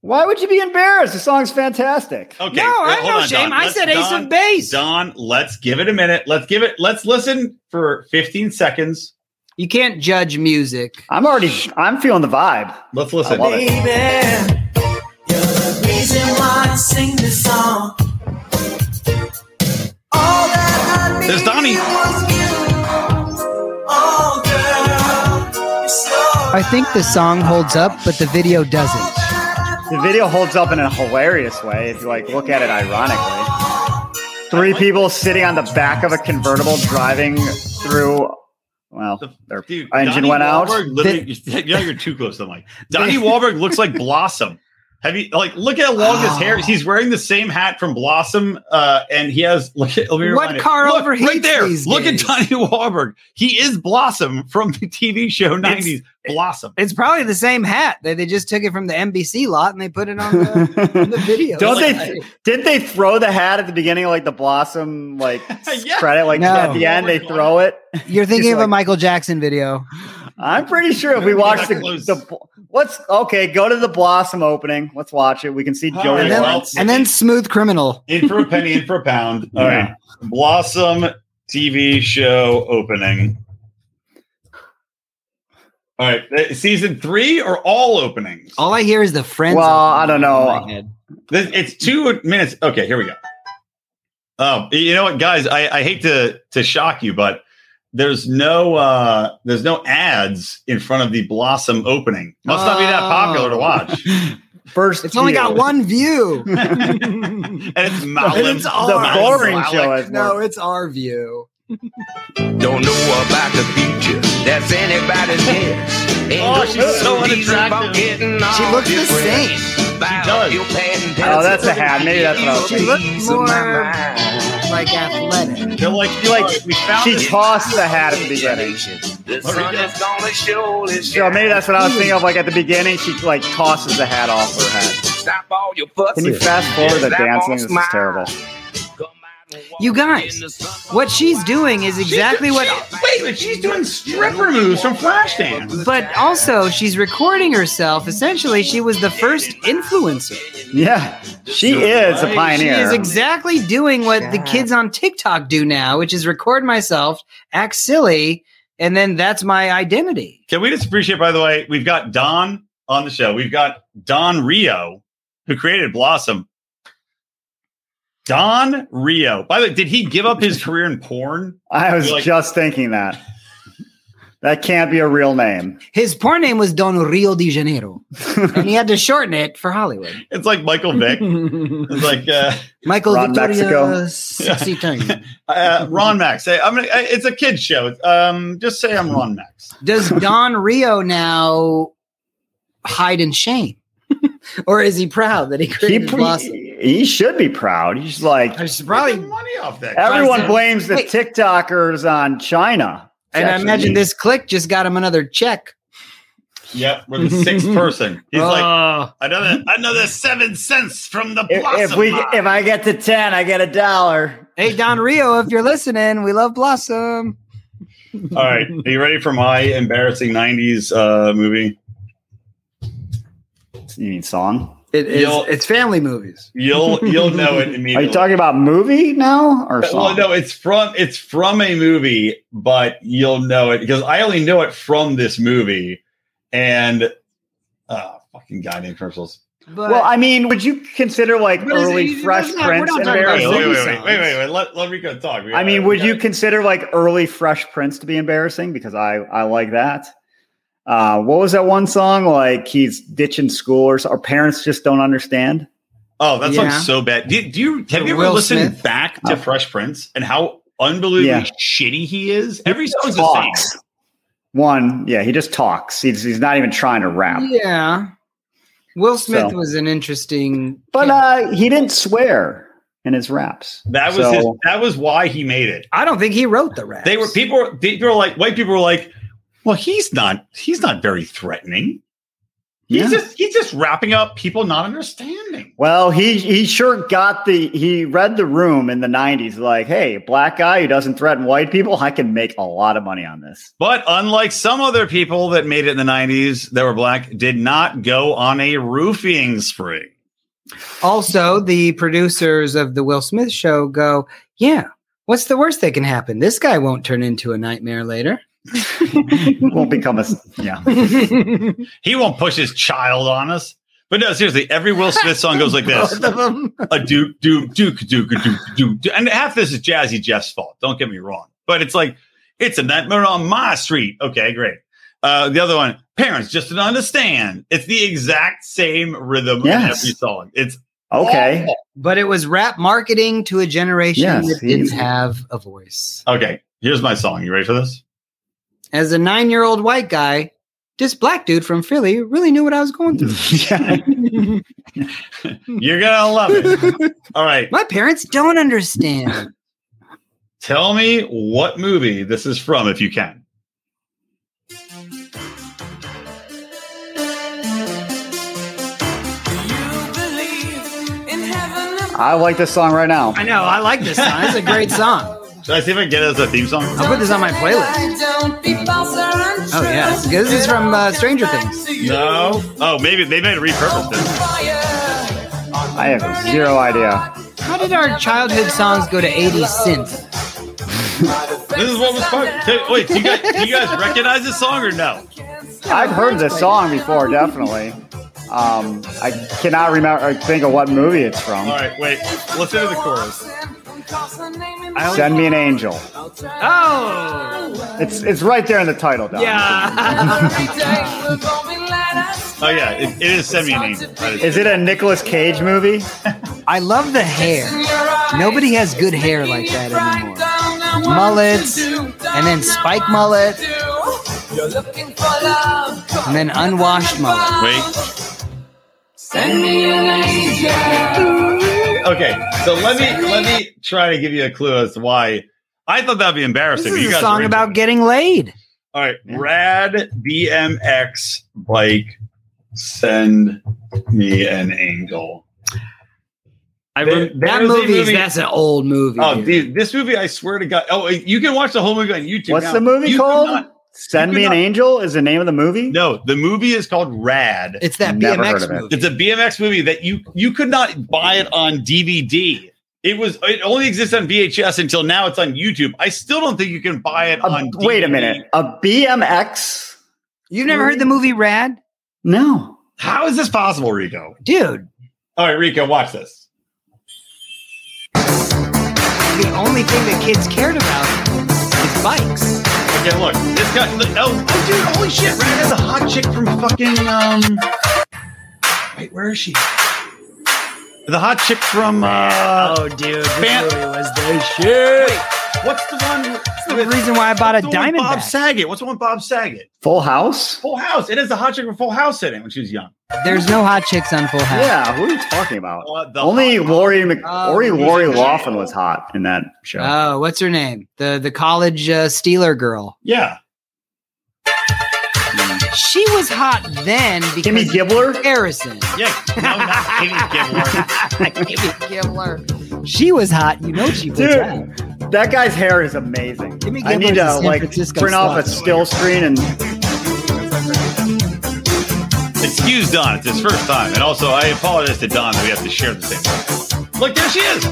Speaker 2: Why would you be embarrassed? The song's fantastic.
Speaker 1: Okay,
Speaker 3: no,
Speaker 1: well,
Speaker 3: I have
Speaker 1: hold
Speaker 3: no
Speaker 1: on,
Speaker 3: shame.
Speaker 1: Don.
Speaker 3: I
Speaker 1: Let's-
Speaker 3: said Ace
Speaker 1: Don-
Speaker 3: of Base.
Speaker 1: Don, let's give it a minute. Let's give it. Let's listen for 15 seconds.
Speaker 3: You can't judge music.
Speaker 2: I'm already, I'm feeling the vibe.
Speaker 1: Let's listen.
Speaker 2: I love it.
Speaker 1: There's Donnie.
Speaker 3: I think the song holds up, but the video doesn't.
Speaker 2: The video holds up in a hilarious way if you like look at it ironically. Three people sitting on the back of a convertible driving through. Well, their
Speaker 1: Dude,
Speaker 2: engine
Speaker 1: Donnie
Speaker 2: went out.
Speaker 1: Wahlberg literally- <laughs> you know you're too close to the mic. Donnie Wahlberg looks like Blossom. Have you like look at how long his <gasps> hair? is. He's wearing the same hat from Blossom, uh, and he has. Look at, let me
Speaker 3: What
Speaker 1: remind you.
Speaker 3: car
Speaker 1: look,
Speaker 3: overheats
Speaker 1: right there?
Speaker 3: these
Speaker 1: look
Speaker 3: days?
Speaker 1: at Donnie Wahlberg. He is Blossom from the TV show '90s Blossom.
Speaker 3: It's probably the same hat that they just took it from the NBC lot and they put it on
Speaker 2: <laughs>
Speaker 3: the, on the video.
Speaker 2: Don't
Speaker 3: It's
Speaker 2: they-
Speaker 3: like-
Speaker 2: Did they throw the hat at the beginning, of, like the blossom, like
Speaker 1: <laughs> Yeah. Oh
Speaker 2: credit, like
Speaker 3: No.
Speaker 2: at the end they throw it?
Speaker 3: You're thinking
Speaker 2: He's
Speaker 3: of a
Speaker 2: like-
Speaker 3: Michael Jackson video.
Speaker 2: I'm pretty sure if we
Speaker 1: We're
Speaker 2: watch
Speaker 1: not
Speaker 2: the,
Speaker 1: close.
Speaker 2: the let's okay, go to the blossom opening. Let's watch it. We can see
Speaker 1: All
Speaker 2: Joey.
Speaker 1: right,
Speaker 3: And then,
Speaker 1: well,
Speaker 2: Lawrence.
Speaker 3: and then Smooth Criminal.
Speaker 1: In for a penny, in for a <laughs> pound. All
Speaker 2: Yeah.
Speaker 1: right, Blossom TV show opening. All right, eh, season three or all openings?
Speaker 3: All I hear is the friends.
Speaker 2: Well,
Speaker 3: opening
Speaker 2: I don't
Speaker 3: in
Speaker 2: know.
Speaker 3: my head.
Speaker 1: This, it's two minutes. Okay, here we go. Oh, you know what, guys? I, I hate to to shock you, but there's no uh there's no ads in front of the Blossom opening. Must not be that popular to watch.
Speaker 2: first,
Speaker 3: It's only got
Speaker 2: view.
Speaker 3: one view.
Speaker 1: <laughs>
Speaker 2: <laughs>
Speaker 1: and it's Malin.
Speaker 3: And it's all
Speaker 2: The
Speaker 3: right.
Speaker 2: boring
Speaker 1: Malik.
Speaker 2: show is
Speaker 3: no,
Speaker 2: no,
Speaker 3: it's our view.
Speaker 6: Don't know about the future. That's anybody's
Speaker 2: <laughs>
Speaker 6: guess. Ain't
Speaker 1: Oh,
Speaker 6: no
Speaker 1: she's so
Speaker 6: good reason
Speaker 1: unattractive.
Speaker 6: about getting
Speaker 3: She
Speaker 6: all
Speaker 3: looks the
Speaker 6: depressed
Speaker 3: same.
Speaker 6: about
Speaker 1: does.
Speaker 6: your past and
Speaker 2: Oh, that's a
Speaker 6: present.
Speaker 2: hat. Maybe that's what I was
Speaker 6: You
Speaker 3: She
Speaker 2: thinking.
Speaker 3: looks
Speaker 6: piece of
Speaker 3: more
Speaker 6: my mind.
Speaker 3: like athletic.
Speaker 1: They're like,
Speaker 2: Like,
Speaker 1: like we found
Speaker 2: she
Speaker 1: this-
Speaker 2: tossed the hat at the beginning.
Speaker 6: The
Speaker 1: we
Speaker 6: sun
Speaker 1: go.
Speaker 6: is gonna show this
Speaker 2: So maybe that's what I was thinking of. Like at the beginning, she like tosses the hat off her head.
Speaker 6: Stop all your fussing.
Speaker 2: Can you fast forward the
Speaker 6: That
Speaker 2: dancing?
Speaker 6: won't
Speaker 2: This is
Speaker 6: smile.
Speaker 2: terrible.
Speaker 6: Come out and walk
Speaker 3: You guys,
Speaker 6: in the sun.
Speaker 3: what she's doing is
Speaker 1: She's do-
Speaker 3: exactly what.
Speaker 1: she- wait, but she's doing stripper moves from Flashdance.
Speaker 3: But also, she's recording herself. Essentially, she was the first influencer.
Speaker 2: Yeah, she is a
Speaker 3: She
Speaker 2: pioneer.
Speaker 3: is exactly doing what the kids on TikTok do now, which is record myself, act silly, and then that's my identity.
Speaker 1: Can we just appreciate, by the way, we've got Don on the show. We've got Don Rio, who created Blossom. Don Rio. By the way, did he give up his career in porn?
Speaker 2: I was
Speaker 1: You're like-
Speaker 2: just thinking that. That can't be a real name.
Speaker 3: His porn name was Don Rio de Janeiro, and he had to shorten it for Hollywood.
Speaker 1: <laughs> It's like Michael Vick. It's like uh,
Speaker 3: Michael
Speaker 2: Ron Mexico.
Speaker 3: Victoria, sexy time.
Speaker 1: uh, Ron Max. Hey, I'm gonna, I- it's a kid's show. Um, just say I'm Ron Max.
Speaker 3: Does Don Rio now hide in shame, <laughs> or is he proud that he
Speaker 2: He,
Speaker 3: created
Speaker 2: pre-
Speaker 3: Blossom?
Speaker 2: he should be proud. He's like
Speaker 3: I should
Speaker 1: Probably
Speaker 3: probably
Speaker 1: money off that.
Speaker 2: everyone
Speaker 3: Wait.
Speaker 2: blames the TikTokers on China.
Speaker 3: and I
Speaker 2: actually
Speaker 3: imagine
Speaker 2: neat.
Speaker 3: this click just got him another check.
Speaker 1: Yep, we're the
Speaker 2: <laughs>
Speaker 1: sixth person. He's like
Speaker 3: Oh.
Speaker 1: another another seven cents from the
Speaker 2: Uh. If,
Speaker 1: blossom
Speaker 2: if we
Speaker 1: Line."
Speaker 2: if I get to ten, I get a dollar.
Speaker 3: hey Don Rio, if you're listening, we love Blossom.
Speaker 1: All right, are you ready for my embarrassing '90s uh, movie?
Speaker 2: You mean song?
Speaker 3: It is.
Speaker 1: Yo.
Speaker 3: It's family movies.
Speaker 2: <laughs>
Speaker 1: You'll you'll know it immediately.
Speaker 2: Are you talking about movie now or
Speaker 1: Well,
Speaker 2: song?
Speaker 1: no, it's from it's from a movie, but you'll know it because I only know it from this movie, and uh fucking guy named Commercials.
Speaker 3: But
Speaker 2: Well, I mean, would you consider like
Speaker 3: But is it-
Speaker 2: early
Speaker 3: it
Speaker 2: Fresh
Speaker 3: doesn't- we're
Speaker 2: Prince
Speaker 3: not talking about
Speaker 1: Wait,
Speaker 2: embarrassing?
Speaker 1: wait,
Speaker 3: Ziggy
Speaker 1: wait, wait,
Speaker 3: songs.
Speaker 1: wait, wait, wait. Let, let Rico talk. We-
Speaker 2: I mean,
Speaker 1: uh,
Speaker 2: would
Speaker 1: we
Speaker 2: you
Speaker 1: got-
Speaker 2: consider like early Fresh Prince to be embarrassing? Because I I like that. Uh, what was that one song? Like he's ditching school, or so- our parents just don't understand.
Speaker 1: Oh, that
Speaker 3: Yeah.
Speaker 1: sounds so bad. Do, do you have
Speaker 3: The
Speaker 1: you ever
Speaker 3: Will
Speaker 1: listened
Speaker 3: Smith.
Speaker 1: back to Fresh Prince and how unbelievably
Speaker 2: Oh. Yeah.
Speaker 1: shitty he is? Every song's the same.
Speaker 2: Talks. One, yeah, he just talks. He's he's not even trying to rap.
Speaker 3: yeah. Will Smith
Speaker 2: So.
Speaker 3: was an interesting,
Speaker 2: But uh, he didn't swear in his raps.
Speaker 1: That was
Speaker 2: So-
Speaker 1: his, that was why he made it.
Speaker 3: I don't think he wrote the rap.
Speaker 1: They were people. were- People were like white people were like, well, he's not he's not very threatening. He's
Speaker 2: Yeah.
Speaker 1: just he's just wrapping up people not understanding.
Speaker 2: Well, he he sure got the he read the room in the '90s. Like, hey, black guy who doesn't threaten white people, I can make a lot of money on this.
Speaker 1: But unlike some other people that made it in the '90s that were black, did not go on a roofing spree.
Speaker 3: Also, the producers of the Will Smith show go, yeah. What's the worst that can happen? This guy won't turn into a nightmare later.
Speaker 2: Won't become a s- yeah.
Speaker 3: Both
Speaker 1: He won't push his child on us. But no, seriously, every Will Smith song goes like this:
Speaker 3: of them.
Speaker 1: a do do do do do do do, and half this is Jazzy Jeff's fault. Don't get me wrong, but it's like it's a nightmare on my street. Okay, great. Uh, the other one, parents just don't understand. It's the exact same rhythm in
Speaker 2: Yes.
Speaker 1: every song. It's
Speaker 2: Okay,
Speaker 3: But it was rap marketing to a generation
Speaker 2: Yes,
Speaker 3: that
Speaker 2: he-
Speaker 3: didn't have a voice.
Speaker 1: okay. Here's my song. You ready for this?
Speaker 3: As a nine year old white guy, this black dude from Philly really knew what I was going through.
Speaker 2: yeah.
Speaker 1: You're gonna love it. All right.
Speaker 3: My parents don't understand.
Speaker 1: Tell me what movie this is from, if you can.
Speaker 2: <laughs> I like this song right now.
Speaker 3: I know. I like this song. It's a great song.
Speaker 1: Should I see if I can get it as a theme song?
Speaker 3: I'll put this on my playlist. Oh,
Speaker 5: Oh,
Speaker 3: yeah. This is from uh, Stranger Things.
Speaker 1: No. Oh, maybe they might repurpose this.
Speaker 2: I have zero idea.
Speaker 3: How did our childhood songs go to 80s synth?
Speaker 1: This is what was fun. Hey, Wait, do you guys, do you guys recognize this song or no?
Speaker 2: I've heard this song before, definitely. Um, I cannot remember or think of what movie it's from.
Speaker 1: All right, wait. Listen to the chorus.
Speaker 2: Send me an angel.
Speaker 5: <laughs>
Speaker 3: Oh.
Speaker 2: It's it's right there in the title. Don.
Speaker 1: Oh yeah, it, it is send me an angel. That is-
Speaker 2: Is it a Nicolas Cage movie?
Speaker 3: I love the hair. Nobody has good hair like that anymore. Mullets, and then spike mullet, and then unwashed mullet.
Speaker 1: Wait.
Speaker 5: Send me an angel.
Speaker 1: Okay, so let me let me try to give you a clue as to why I thought that'd be
Speaker 3: This
Speaker 1: embarrassing. but you
Speaker 3: is a
Speaker 1: guys
Speaker 3: song
Speaker 1: were into
Speaker 3: about
Speaker 1: it.
Speaker 3: getting laid.
Speaker 1: All right, rad BMX bike. Send me an angel.
Speaker 3: I
Speaker 1: There-
Speaker 3: rem-
Speaker 1: there's
Speaker 3: that
Speaker 1: a
Speaker 3: movie, is
Speaker 1: movie-
Speaker 3: that's an old movie.
Speaker 1: Oh,
Speaker 3: dude.
Speaker 1: dude, this movie! I swear to God. Oh, you can watch the whole movie on YouTube.
Speaker 2: What's
Speaker 1: now.
Speaker 2: the movie
Speaker 1: You
Speaker 2: called?
Speaker 1: cannot-
Speaker 2: Send
Speaker 1: you
Speaker 2: me an
Speaker 1: cannot-
Speaker 2: angel is the name of the movie.
Speaker 1: No, the movie is called Rad.
Speaker 3: it's that
Speaker 2: Never heard
Speaker 3: BMX
Speaker 2: of it.
Speaker 3: movie.
Speaker 1: It's a BMX movie that you you could not buy it on DVD. It was it only exists on VHS until now. It's on YouTube. I still don't think you can buy it
Speaker 7: Um,
Speaker 2: A-
Speaker 1: on.
Speaker 2: Uh, wait a
Speaker 1: DVD.
Speaker 2: minute. A BMX?
Speaker 3: You've never heard the movie Rad?
Speaker 2: No.
Speaker 1: How is this possible, Rico?
Speaker 3: Dude,
Speaker 1: All right, Rico, watch this.
Speaker 3: the only thing that kids cared about is bikes.
Speaker 1: Okay, look, this guy. Look, oh, oh, dude, holy shit! Rad has a hot chick from fucking um. Wait, where is she? The hot chick from uh.
Speaker 7: Oh.
Speaker 3: Oh, dude, this
Speaker 1: Fan-
Speaker 3: was the shit.
Speaker 1: What's the one? What's
Speaker 7: the reason why I bought a
Speaker 1: the one with Bob
Speaker 7: Diamondback.
Speaker 1: Saget. What's the one with Bob Saget?
Speaker 2: Full House?
Speaker 1: Full House. It has the hot chick from Full House in it when she was young.
Speaker 3: There's no hot chicks on Full House.
Speaker 2: Yeah, Uh, who are you talking about?
Speaker 1: What <laughs> Uh, the
Speaker 2: Only
Speaker 1: hot-
Speaker 2: Lori Mc-
Speaker 3: Oh,
Speaker 2: Lori
Speaker 3: who's
Speaker 2: Lori
Speaker 1: in the
Speaker 2: Laughlin
Speaker 1: show?
Speaker 2: was hot in that show.
Speaker 3: Oh, what's her name? The the college uh, Steeler girl.
Speaker 1: Yeah.
Speaker 3: She was hot then because
Speaker 2: Kimmy
Speaker 3: of
Speaker 2: Gibbler?
Speaker 3: Harrison.
Speaker 1: Yeah. No, not Katie Gibbler.
Speaker 3: She was hot. You know she was
Speaker 2: Dude.
Speaker 3: hot.
Speaker 2: That guy's hair is amazing.
Speaker 3: Kimmy
Speaker 2: I need
Speaker 3: Gibbler's a
Speaker 2: to
Speaker 3: San
Speaker 2: like
Speaker 3: Francisco
Speaker 2: print off a
Speaker 3: slut.
Speaker 2: still screen
Speaker 1: <laughs>
Speaker 2: and
Speaker 1: Excuse Don. It's his first time. And also, I apologize to Don that we have to share the same. Look, there she is.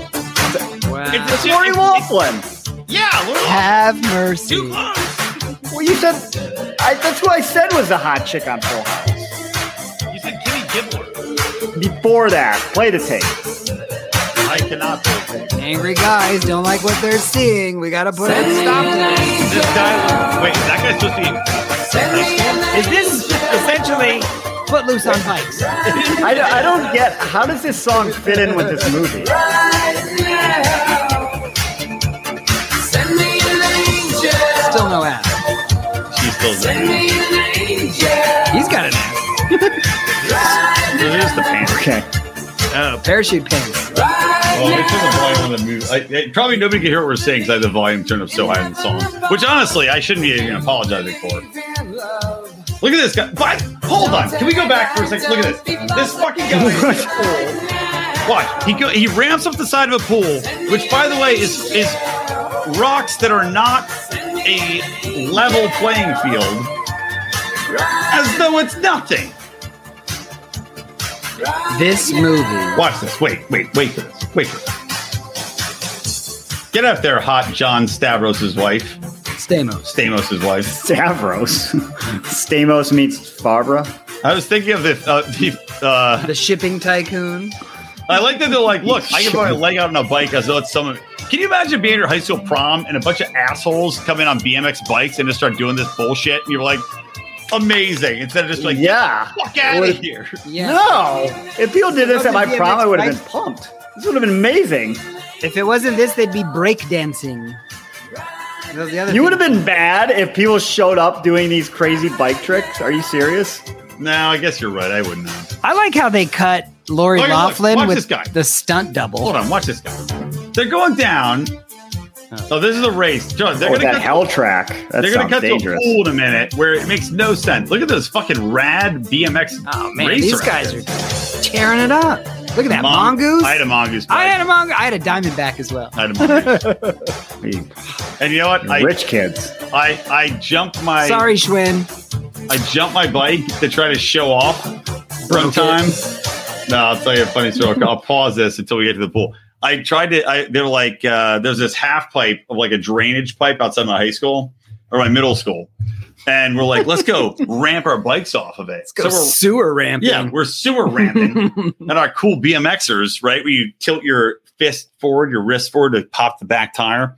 Speaker 1: It's,
Speaker 3: Wow.
Speaker 1: it's
Speaker 2: Lori Laughlin.
Speaker 1: Yeah, Lori Laughlin.
Speaker 3: Have mercy.
Speaker 1: Too close.
Speaker 2: Well, you said I, that's who I said was the hot chick on Full House.
Speaker 1: You said Kimmy Gibbler.
Speaker 2: Before that, play the tape.
Speaker 1: I cannot believe it.
Speaker 3: Angry guys don't like what they're seeing. We gotta put it stop.
Speaker 1: This guy. Wait, that guy's supposed to
Speaker 7: Is this essentially
Speaker 3: Footloose on bikes.
Speaker 2: I, don't- I don't get how does this song fit in with this
Speaker 1: <laughs>
Speaker 2: movie?
Speaker 5: Send me an angel.
Speaker 3: Still no ass.
Speaker 1: be. She's still there.
Speaker 5: Send me an angel.
Speaker 3: He's got an ass.
Speaker 1: There's the pants.
Speaker 2: Okay,
Speaker 7: oh,
Speaker 3: Parachute pants.
Speaker 1: Well, we oh, turn the volume on the music. I, I- probably nobody can hear what we're saying because I have the volume turned up so high on the song, which honestly I shouldn't be even apologizing for. Look at this guy. But hold on, can we go back for a second? Look at this. This fucking guy. is in a pool. Watch. He go, he ramps up the side of a pool, which by the way is is rocks that are not a level playing field, as though it's nothing.
Speaker 3: This movie.
Speaker 1: Watch this. Wait, wait, wait for this. Wait for this. Get up there, hot John Stavros' wife.
Speaker 3: Stamos.
Speaker 1: Stamos' wife.
Speaker 2: Stavros, Stamos meets Barbara.
Speaker 1: I was thinking of the. Uh, <laughs> the uh,
Speaker 3: The shipping tycoon.
Speaker 1: I like that they're like, look, I can put my leg out on a bike as though it's someone. Can you imagine being at your high school prom and a bunch of assholes come in on BMX bikes and just start doing this bullshit? And you're like, amazing. Instead of just like, yeah.
Speaker 2: yeah.
Speaker 1: fuck out
Speaker 2: What-
Speaker 1: of here.
Speaker 3: Yeah.
Speaker 2: No, if people did this at my prom, I would have been pumped. This would have been amazing.
Speaker 3: If it wasn't this, they'd be breakdancing. That was the other
Speaker 2: You
Speaker 3: thing.
Speaker 2: would have been bad if people showed up doing these crazy bike tricks. Are you serious?
Speaker 1: No, I guess you're right. I wouldn't have.
Speaker 3: I like how they cut Lori
Speaker 1: Oh, Look, look,
Speaker 3: Laughlin
Speaker 1: watch this
Speaker 3: with
Speaker 1: guy.
Speaker 3: the stunt double.
Speaker 1: Hold on, watch this guy. They're going down. Oh, this is a race. John, they're
Speaker 2: Or
Speaker 1: going to
Speaker 2: Oh, that
Speaker 1: cut
Speaker 2: hell track. That
Speaker 1: They're gonna
Speaker 2: sounds
Speaker 1: cut
Speaker 2: dangerous.
Speaker 1: to a pool in a minute where it makes no sense. Look at those fucking rad BMX.
Speaker 3: Oh man,
Speaker 1: racer
Speaker 3: these guys are tearing it up. Look at that
Speaker 1: Mon-
Speaker 3: mongoose.
Speaker 1: I had a mongoose.
Speaker 3: I had a
Speaker 1: a,
Speaker 3: mongoose. I had a diamondback as well.
Speaker 1: I had a
Speaker 2: <laughs>
Speaker 1: mongoose.
Speaker 2: You
Speaker 1: and you know what? I,
Speaker 2: Rich kids. <laughs>
Speaker 1: I I jumped my
Speaker 3: Sorry, Schwinn.
Speaker 1: I jumped my bike to try to show off from time. No, I'll tell you a funny story. I'll pause this until we get to the pool. I tried to. I, they were like, uh, there's this half pipe of like a drainage pipe outside my high school or my middle school, and we're like, let's
Speaker 3: <laughs>
Speaker 1: go ramp our bikes off of it.
Speaker 3: Let's go
Speaker 1: So we're-
Speaker 3: sewer ramping.
Speaker 1: Yeah, we're sewer
Speaker 3: <laughs>
Speaker 1: ramping. and our cool BMXers, right? Where you tilt your fist forward, your wrist forward to pop the back tire.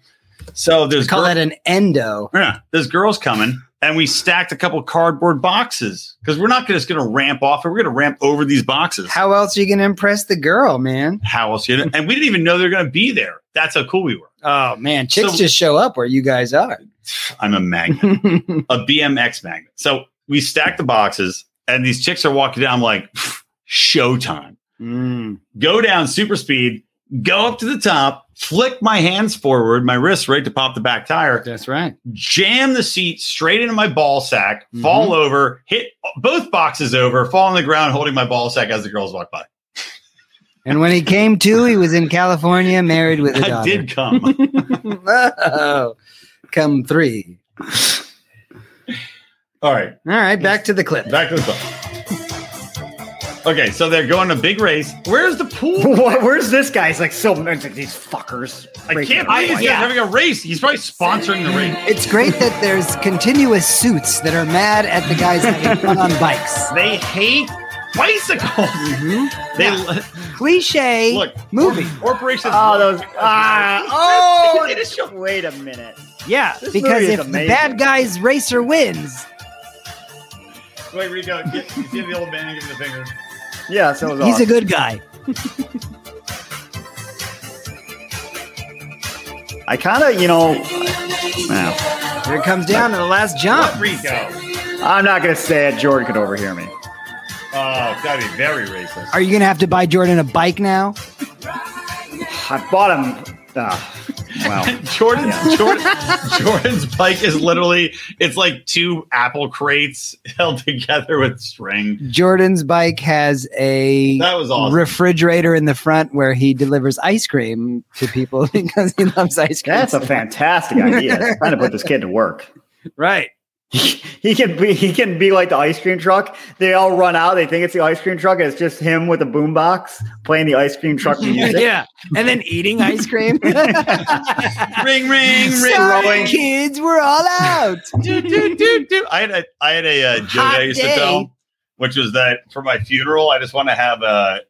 Speaker 1: So there's
Speaker 3: Call
Speaker 1: girl-
Speaker 3: that an endo.
Speaker 1: yeah, there's girls coming, and we stacked a couple cardboard boxes because we're not just going to ramp off it. We're going to ramp over these boxes.
Speaker 3: How else are you gonna impress the girl, man?
Speaker 1: How else? You know? And we didn't even know they were going to be there. That's how cool we were.
Speaker 3: Oh man, chicks
Speaker 1: So-
Speaker 3: just show up where you guys are. <laughs>
Speaker 1: I'm a magnet, a BMX magnet. So we stacked the boxes, and these chicks are walking down. I'm like, "Pfft, showtime.
Speaker 3: Mm.
Speaker 1: go down super speed, go up to the top, flick my hands forward, my wrists right to pop the back tire,
Speaker 3: That's right.
Speaker 1: jam the seat straight into my ball sack, fall over, hit both boxes over, fall on the ground, holding my ball sack as the girls walk by.
Speaker 3: And when he came to, he was in California, married with
Speaker 1: <laughs>
Speaker 3: a
Speaker 1: I
Speaker 3: daughter.
Speaker 1: did
Speaker 3: <laughs>
Speaker 1: come.
Speaker 3: oh, come three.
Speaker 1: All right,
Speaker 3: All right, back to the clip.
Speaker 1: back to the song. Okay, so they're going a big race. Where's the pool?
Speaker 2: What, where's this guy? He's like so mad at these fuckers.
Speaker 1: I can't believe this guy's having a race. He's probably sponsoring the race.
Speaker 3: It's great that there's continuous suits that are mad at the guys having fun on bikes.
Speaker 1: They hate <laughs> bicycles.
Speaker 2: Mm-hmm.
Speaker 1: They
Speaker 3: Cliche
Speaker 1: look
Speaker 3: movie.
Speaker 1: corporations.
Speaker 2: Oh, those.
Speaker 1: <laughs>
Speaker 2: Ah, oh,
Speaker 1: They just show-
Speaker 2: wait a minute.
Speaker 7: yeah.
Speaker 2: This
Speaker 3: Because
Speaker 2: movie is
Speaker 3: if the
Speaker 2: amazing.
Speaker 3: bad guy's racer wins,
Speaker 1: Wait, Rico, get, give the old man and give him the finger.
Speaker 2: Yeah, so it was
Speaker 3: he's a
Speaker 2: awesome.
Speaker 3: good guy.
Speaker 2: I kind of, you
Speaker 3: <laughs>
Speaker 2: know, well,
Speaker 3: Here it comes down to the last
Speaker 1: <laughs>
Speaker 3: jump.
Speaker 1: Rico.
Speaker 2: I'm not going to say it. Jordan could overhear me.
Speaker 1: Oh, that'd be very racist.
Speaker 3: Are you gonna have to buy Jordan a bike now?
Speaker 2: I bought him. ah, wow.
Speaker 1: Jordan's Jordan, Jordan's bike is literally it's like two apple crates held together with string.
Speaker 3: Jordan's bike has a
Speaker 1: That was awesome.
Speaker 3: refrigerator in the front where he delivers ice cream to people <laughs> because he loves ice cream.
Speaker 2: That's a fantastic idea. It's Trying to put this kid to work. <laughs>
Speaker 3: right.
Speaker 2: He can be he can be like the ice cream truck. They all run out. They think it's the ice cream truck. and It's just him with a boombox playing the ice cream
Speaker 3: <laughs>
Speaker 2: truck music.
Speaker 3: Yeah, and then eating ice cream. <laughs>
Speaker 1: Ring ring ring.
Speaker 3: Sorry,
Speaker 1: rolling.
Speaker 3: kids, we're all <laughs> out.
Speaker 1: do, do, do, do. I had a, I had a uh, joke
Speaker 3: Hot
Speaker 1: I used
Speaker 3: day.
Speaker 1: to tell, which was that for my funeral, I just want to have a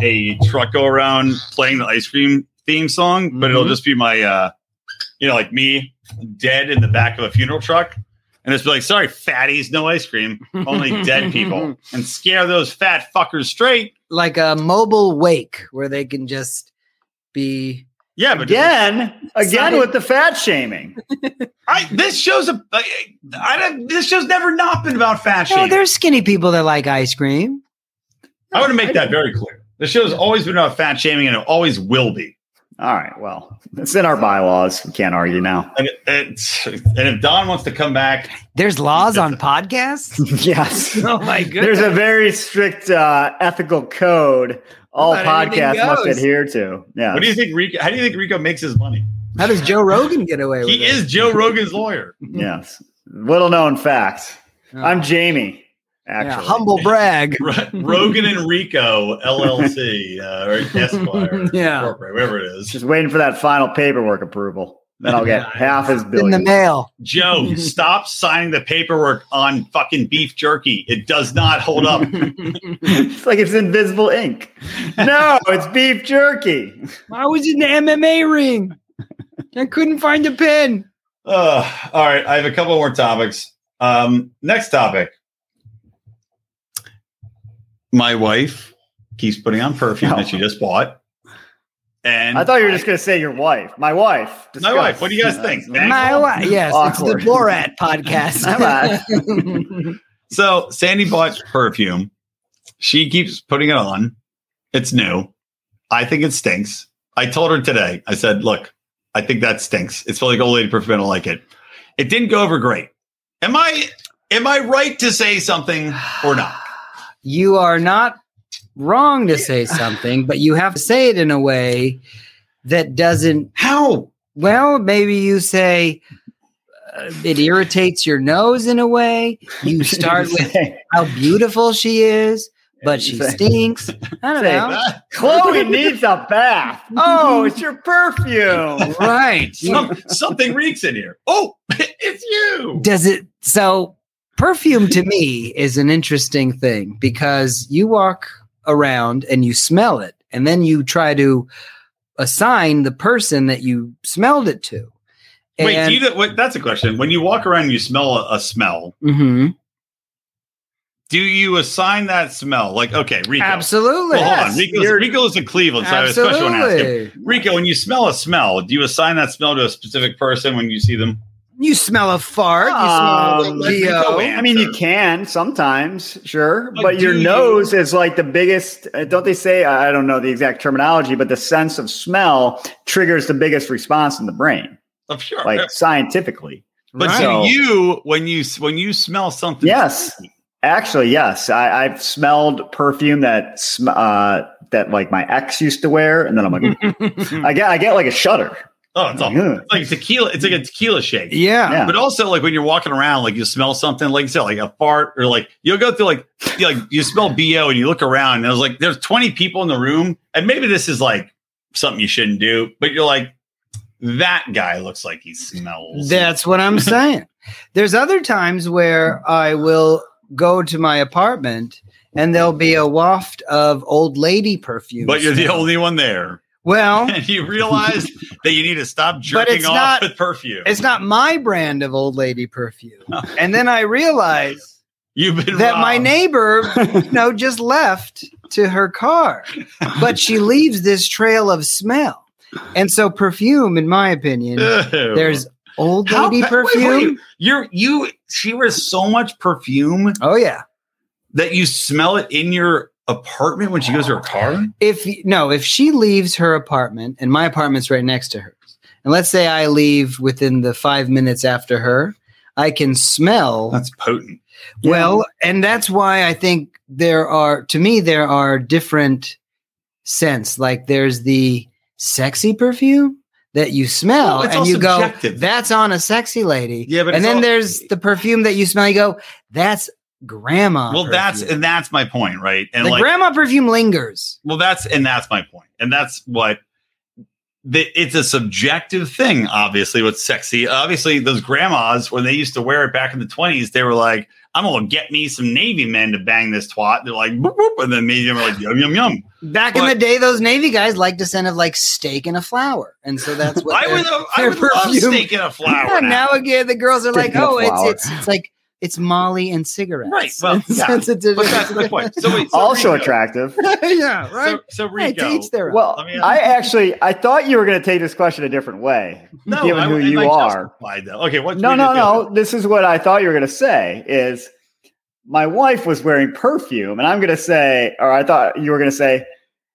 Speaker 1: a truck go around playing the ice cream theme song, but
Speaker 3: Mm-hmm.
Speaker 1: it'll just be my, uh, you know, like me dead in the back of a funeral truck. And just be like, sorry, fatties, no ice cream, only
Speaker 3: <laughs>
Speaker 1: dead people, and scare those fat fuckers straight.
Speaker 3: like a mobile wake where they can just be.
Speaker 1: Yeah, but
Speaker 2: Again, again
Speaker 3: Sorry.
Speaker 2: with the fat shaming.
Speaker 1: I, this show's a, I, I don't, this show's never not been about fashion.
Speaker 3: No, "Oh, there's skinny people that like ice cream.
Speaker 1: I want to make that very clear. The show's always been about fat shaming, and it always will be.
Speaker 2: All right. Well, it's in our bylaws. We can't argue now. <laughs>
Speaker 1: And, it's, and if Don wants to come back,
Speaker 3: There's laws <laughs> on podcasts.
Speaker 2: yes.
Speaker 3: Oh my
Speaker 2: There's a very strict uh, ethical code all
Speaker 3: About anything
Speaker 2: podcasts must
Speaker 3: goes.
Speaker 2: adhere to. Yeah.
Speaker 1: what do you think? Rico, how do you think Rico makes his money?
Speaker 3: How does Joe Rogan get away with
Speaker 1: He
Speaker 3: it?
Speaker 1: is Joe Rogan's lawyer.
Speaker 2: yes. Little known fact.
Speaker 3: Oh.
Speaker 2: I'm Jamie.
Speaker 3: Yeah,
Speaker 2: Actually,
Speaker 3: humble brag.
Speaker 1: Ro- Rogan and Rico LLC uh, or Esquire,
Speaker 3: <laughs> <laughs> Yeah.
Speaker 1: corporate, whatever it is.
Speaker 2: Just waiting for that final paperwork approval. Then I'll get half his
Speaker 3: In
Speaker 2: billion.
Speaker 3: the mail.
Speaker 1: Joe, stop signing the paperwork on fucking beef jerky. It does not hold up.
Speaker 2: <laughs> it's like it's invisible ink. No, it's beef jerky.
Speaker 3: I was in the MMA ring. I couldn't find a pin.
Speaker 1: Uh, all right, I have a couple more topics. Um, next topic. My wife keeps putting on perfume that she just bought, and
Speaker 2: I thought you were just going to say your wife. My wife.
Speaker 1: My wife. What do you guys think?
Speaker 3: My wife. Yes,
Speaker 2: Awkward.
Speaker 3: it's
Speaker 2: <laughs>
Speaker 3: the Borat podcast.
Speaker 2: My wife.
Speaker 1: So Sandy bought perfume. She keeps putting it on. It's new. I think it stinks. I told her today. I said, "Look, I think that stinks. It's like old lady perfume. I don't like it. It didn't go over great. Am I am I right to say something or not?
Speaker 3: <laughs> you are not wrong to say something, but you have to say it in a way that doesn't
Speaker 1: How?
Speaker 3: Well, maybe you say uh, it irritates your nose in a way.
Speaker 2: <laughs>
Speaker 3: You start with
Speaker 2: Say-
Speaker 3: how beautiful she is, but she
Speaker 2: Say-
Speaker 3: stinks. I don't
Speaker 2: say
Speaker 3: know.
Speaker 2: Chloe needs a
Speaker 3: <laughs>
Speaker 2: bath. Oh, it's your perfume.
Speaker 3: Right. You-
Speaker 1: Some, something reeks in here. Oh, <laughs> it's you.
Speaker 3: Does it so perfume to me is an interesting thing because you walk around and you smell it and then you try to assign the person that you smelled it to.
Speaker 1: Wait, do you, wait, that's a question. When you walk around and you smell a, a smell,
Speaker 3: Mhm.
Speaker 1: do you assign that smell? Like, okay, Rico.
Speaker 3: Absolutely.
Speaker 1: Well, hold on.
Speaker 2: Yes,
Speaker 1: Rico's,
Speaker 2: you're-
Speaker 1: Rico's in Cleveland, so I especially want to ask him.
Speaker 3: Absolutely.
Speaker 1: Rico, when you smell a smell, do you assign that smell to a specific person when you see them?
Speaker 3: You smell a
Speaker 1: Oh,
Speaker 3: fart. you
Speaker 2: Um,
Speaker 3: smell a Leo.
Speaker 1: Rico,
Speaker 2: I mean, you can sometimes, sure,
Speaker 1: But
Speaker 2: but your
Speaker 1: do you-
Speaker 2: nose is like the biggest. uh, Don't they say? I I don't know the exact terminology, but the sense of smell triggers the biggest response in the brain,
Speaker 1: Of sure.
Speaker 2: like scientifically.
Speaker 1: but
Speaker 2: right.
Speaker 1: do
Speaker 2: So-
Speaker 1: you when you when you smell something?
Speaker 2: Yes, actually, yes. I, I've smelled perfume that sm- uh, that like my ex used to wear, and then
Speaker 1: <laughs>
Speaker 2: I'm like, I get I get like a shudder.
Speaker 1: Oh, it's all
Speaker 2: Ugh.
Speaker 1: it's like tequila. It's like a tequila shake.
Speaker 3: Yeah.
Speaker 2: Yeah.
Speaker 1: But also, like when you're walking around, like you smell something, like you said, like a fart, or like you'll go through, like you, like you smell bo, and you look around, and I was like, there's 20 people in the room, and maybe this is like something you shouldn't do, but you're like, that guy looks like he smells.
Speaker 3: That's what
Speaker 1: <laughs>
Speaker 3: I'm saying. There's other times where I will go to my apartment and there'll be a waft of old lady perfume.
Speaker 1: but you're the
Speaker 3: smell.
Speaker 1: only one there, <laughs>
Speaker 3: Well,
Speaker 1: and you realize that you need to stop jerking
Speaker 3: it's
Speaker 1: off
Speaker 3: not-
Speaker 1: with perfume.
Speaker 3: it's not my brand of old lady perfume. And then
Speaker 1: <laughs>
Speaker 3: I realize
Speaker 1: You've been
Speaker 3: that my
Speaker 1: robbed.
Speaker 3: neighbor,
Speaker 1: <laughs>
Speaker 3: you know, just left to her car, but she leaves this trail of smell. And so perfume, in my opinion, there's old
Speaker 1: How
Speaker 3: lady
Speaker 1: pa- wait, wait,
Speaker 3: perfume.
Speaker 1: you're you. She wears so much perfume
Speaker 3: Oh yeah.
Speaker 1: that you smell it in your apartment when she goes to her car.
Speaker 3: If no, if she leaves her apartment and my apartment's right next to hers, and let's say I leave within the five minutes after her, I can smell
Speaker 1: That's potent.
Speaker 3: Well, and that's why I think there are, to me, there are different scents. Like there's the sexy perfume that you smell
Speaker 1: Well, it's all
Speaker 3: and you
Speaker 1: subjective.
Speaker 3: go, that's on a sexy lady.
Speaker 1: Yeah, but
Speaker 3: and
Speaker 1: it's
Speaker 3: then
Speaker 1: all-
Speaker 3: there's the perfume that you smell, you go, that's grandma.
Speaker 1: Well, that's
Speaker 3: perfume."
Speaker 1: and that's my point, right? And
Speaker 3: the
Speaker 1: like,
Speaker 3: grandma perfume lingers.
Speaker 1: well, that's and that's my point, and that's what. The, it's a subjective thing, obviously. What's sexy? Obviously, those grandmas when they used to wear it back in the twenties, they were like, "I'm gonna get me some navy men to bang this twat." They're like, "Boop boop," and then maybe I'm like, "Yum yum yum."
Speaker 3: Back in
Speaker 1: But-
Speaker 3: the day, those Navy guys liked to send of like steak and a flower. And so that's what
Speaker 1: I
Speaker 3: their- <laughs>
Speaker 2: uh,
Speaker 1: would, I
Speaker 3: their
Speaker 1: would love
Speaker 3: perfume-
Speaker 1: steak and a flower.
Speaker 3: Yeah, now again, the girls are like,
Speaker 2: Speaking of
Speaker 3: oh, it's,
Speaker 2: flower.
Speaker 3: it's it's like it's Molly and cigarettes.
Speaker 1: Right,
Speaker 3: <laughs>
Speaker 1: well, yeah.
Speaker 3: Sensitive-
Speaker 1: but that's my point. So
Speaker 2: <laughs>
Speaker 1: wait, so
Speaker 2: also
Speaker 1: Rico.
Speaker 2: attractive.
Speaker 3: <laughs> yeah, right.
Speaker 1: So, so
Speaker 3: Hey,
Speaker 1: Rico,
Speaker 3: to each their own.
Speaker 2: Well,
Speaker 1: Let me-
Speaker 2: I actually I thought you were going to take this question a different way,
Speaker 1: no,
Speaker 2: given
Speaker 1: I-
Speaker 2: who
Speaker 1: I
Speaker 2: you
Speaker 1: like
Speaker 2: are.
Speaker 1: justified, though. Okay, what?
Speaker 2: No,
Speaker 1: we
Speaker 2: no,
Speaker 1: did
Speaker 2: no. This is what I thought you were going to say is my wife was wearing perfume. And I'm going to say, or I thought you were going to say,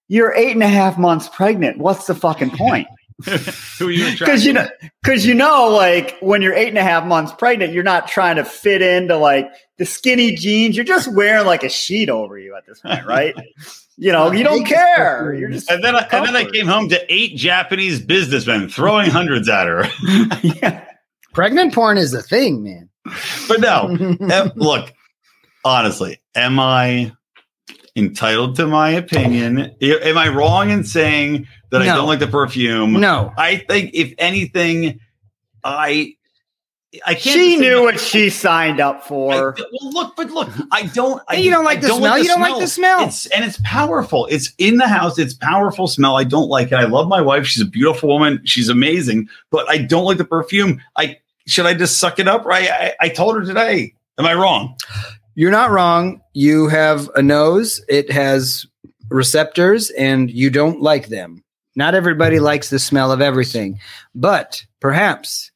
Speaker 2: you're eight and a half months pregnant. What's the fucking point?
Speaker 1: <laughs> the other- who are you attracted?
Speaker 2: Because you know, because you know, like when you're eight and a half months pregnant, you're not trying to fit into like the skinny jeans. You're just wearing like a sheet over you at this
Speaker 1: <laughs>
Speaker 2: point, right? you know, you don't care. You're just
Speaker 1: And then, <laughs> I, and then I
Speaker 2: Comfort.
Speaker 1: came home to eight Japanese businessmen throwing hundreds at her.
Speaker 2: yeah.
Speaker 3: Pregnant porn is a thing, man.
Speaker 1: But no, <laughs>
Speaker 3: <laughs>
Speaker 1: em- look, honestly, am I entitled to my opinion? I- Am I wrong in saying that I
Speaker 3: No.
Speaker 1: don't like the perfume?
Speaker 3: no,
Speaker 1: I think if anything, I I can't.
Speaker 2: <laughs> She
Speaker 1: say
Speaker 2: knew
Speaker 1: no.
Speaker 2: what she signed up
Speaker 1: I-
Speaker 2: for.
Speaker 1: well, look, but look, I don't. I,
Speaker 3: Hey, you don't like
Speaker 1: I
Speaker 3: the smell? You don't like the smell.
Speaker 1: It's, and it's powerful. It's in the house. It's powerful smell. I don't like it. I love my wife. She's a beautiful woman. She's amazing. But I don't like the perfume. I should I just suck it up? Right? I, I told her today. Am I wrong?
Speaker 3: you're not wrong. You have a nose. It has receptors, and you don't like them. Not everybody likes the smell of everything, but perhaps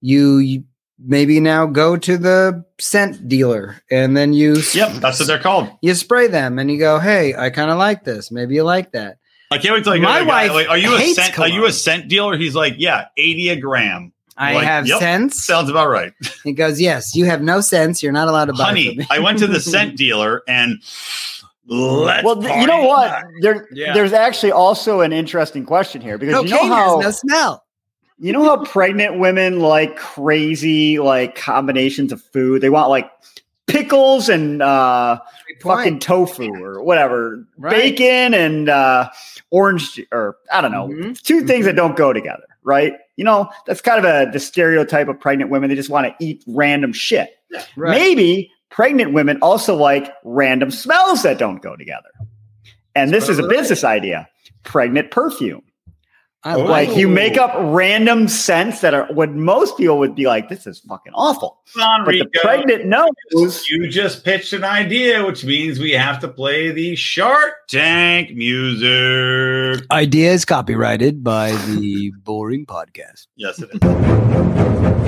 Speaker 3: you, you maybe now go to the scent dealer, and then you s-
Speaker 1: Yep, that's what they're called.
Speaker 3: you spray them, and you go, "Hey, I kind of like this. Maybe you like that."
Speaker 1: I can't wait till I go
Speaker 3: My
Speaker 1: to the guy,
Speaker 3: wife
Speaker 1: like, are you a
Speaker 3: hates
Speaker 1: scent? Are you a
Speaker 3: cologne.
Speaker 1: scent dealer? He's like, yeah, eighty a gram.
Speaker 3: I
Speaker 1: Like,
Speaker 3: have
Speaker 1: yep,
Speaker 3: sense.
Speaker 1: Sounds about right.
Speaker 3: He goes, Yes, you have no sense. You're not allowed to buy from
Speaker 1: Honey,
Speaker 3: me."
Speaker 1: I went to the
Speaker 3: <laughs>
Speaker 1: scent dealer and let's.
Speaker 2: well, th- you know
Speaker 1: party.
Speaker 2: what?
Speaker 3: <laughs>
Speaker 2: There,
Speaker 1: Yeah.
Speaker 2: there's actually also an interesting question here because
Speaker 3: Cocaine
Speaker 2: you know how
Speaker 3: has no smell.
Speaker 2: you know how pregnant women like crazy like combinations of food. They want like pickles and uh,
Speaker 3: Great point.
Speaker 2: fucking tofu or whatever,
Speaker 3: Right.
Speaker 2: bacon and uh, orange ju- or I don't know,
Speaker 3: Mhm.
Speaker 2: 2 things that don't go together, right? You know, that's kind of a the stereotype of pregnant women. They just want to eat random shit.
Speaker 3: Right.
Speaker 2: Maybe pregnant women also like random smells that don't go together. And this is a business idea pregnant perfume.
Speaker 3: I
Speaker 2: Like you
Speaker 1: Ooh.
Speaker 2: make up random scents that are what most people would be like, this is fucking awful.
Speaker 1: Come on,
Speaker 2: But
Speaker 1: Rico.
Speaker 2: the pregnant knows.
Speaker 1: You just pitched an idea, which means we have to play the Shark Tank music.
Speaker 3: Idea is copyrighted by <laughs> the Boring Podcast.
Speaker 1: Yes, it is.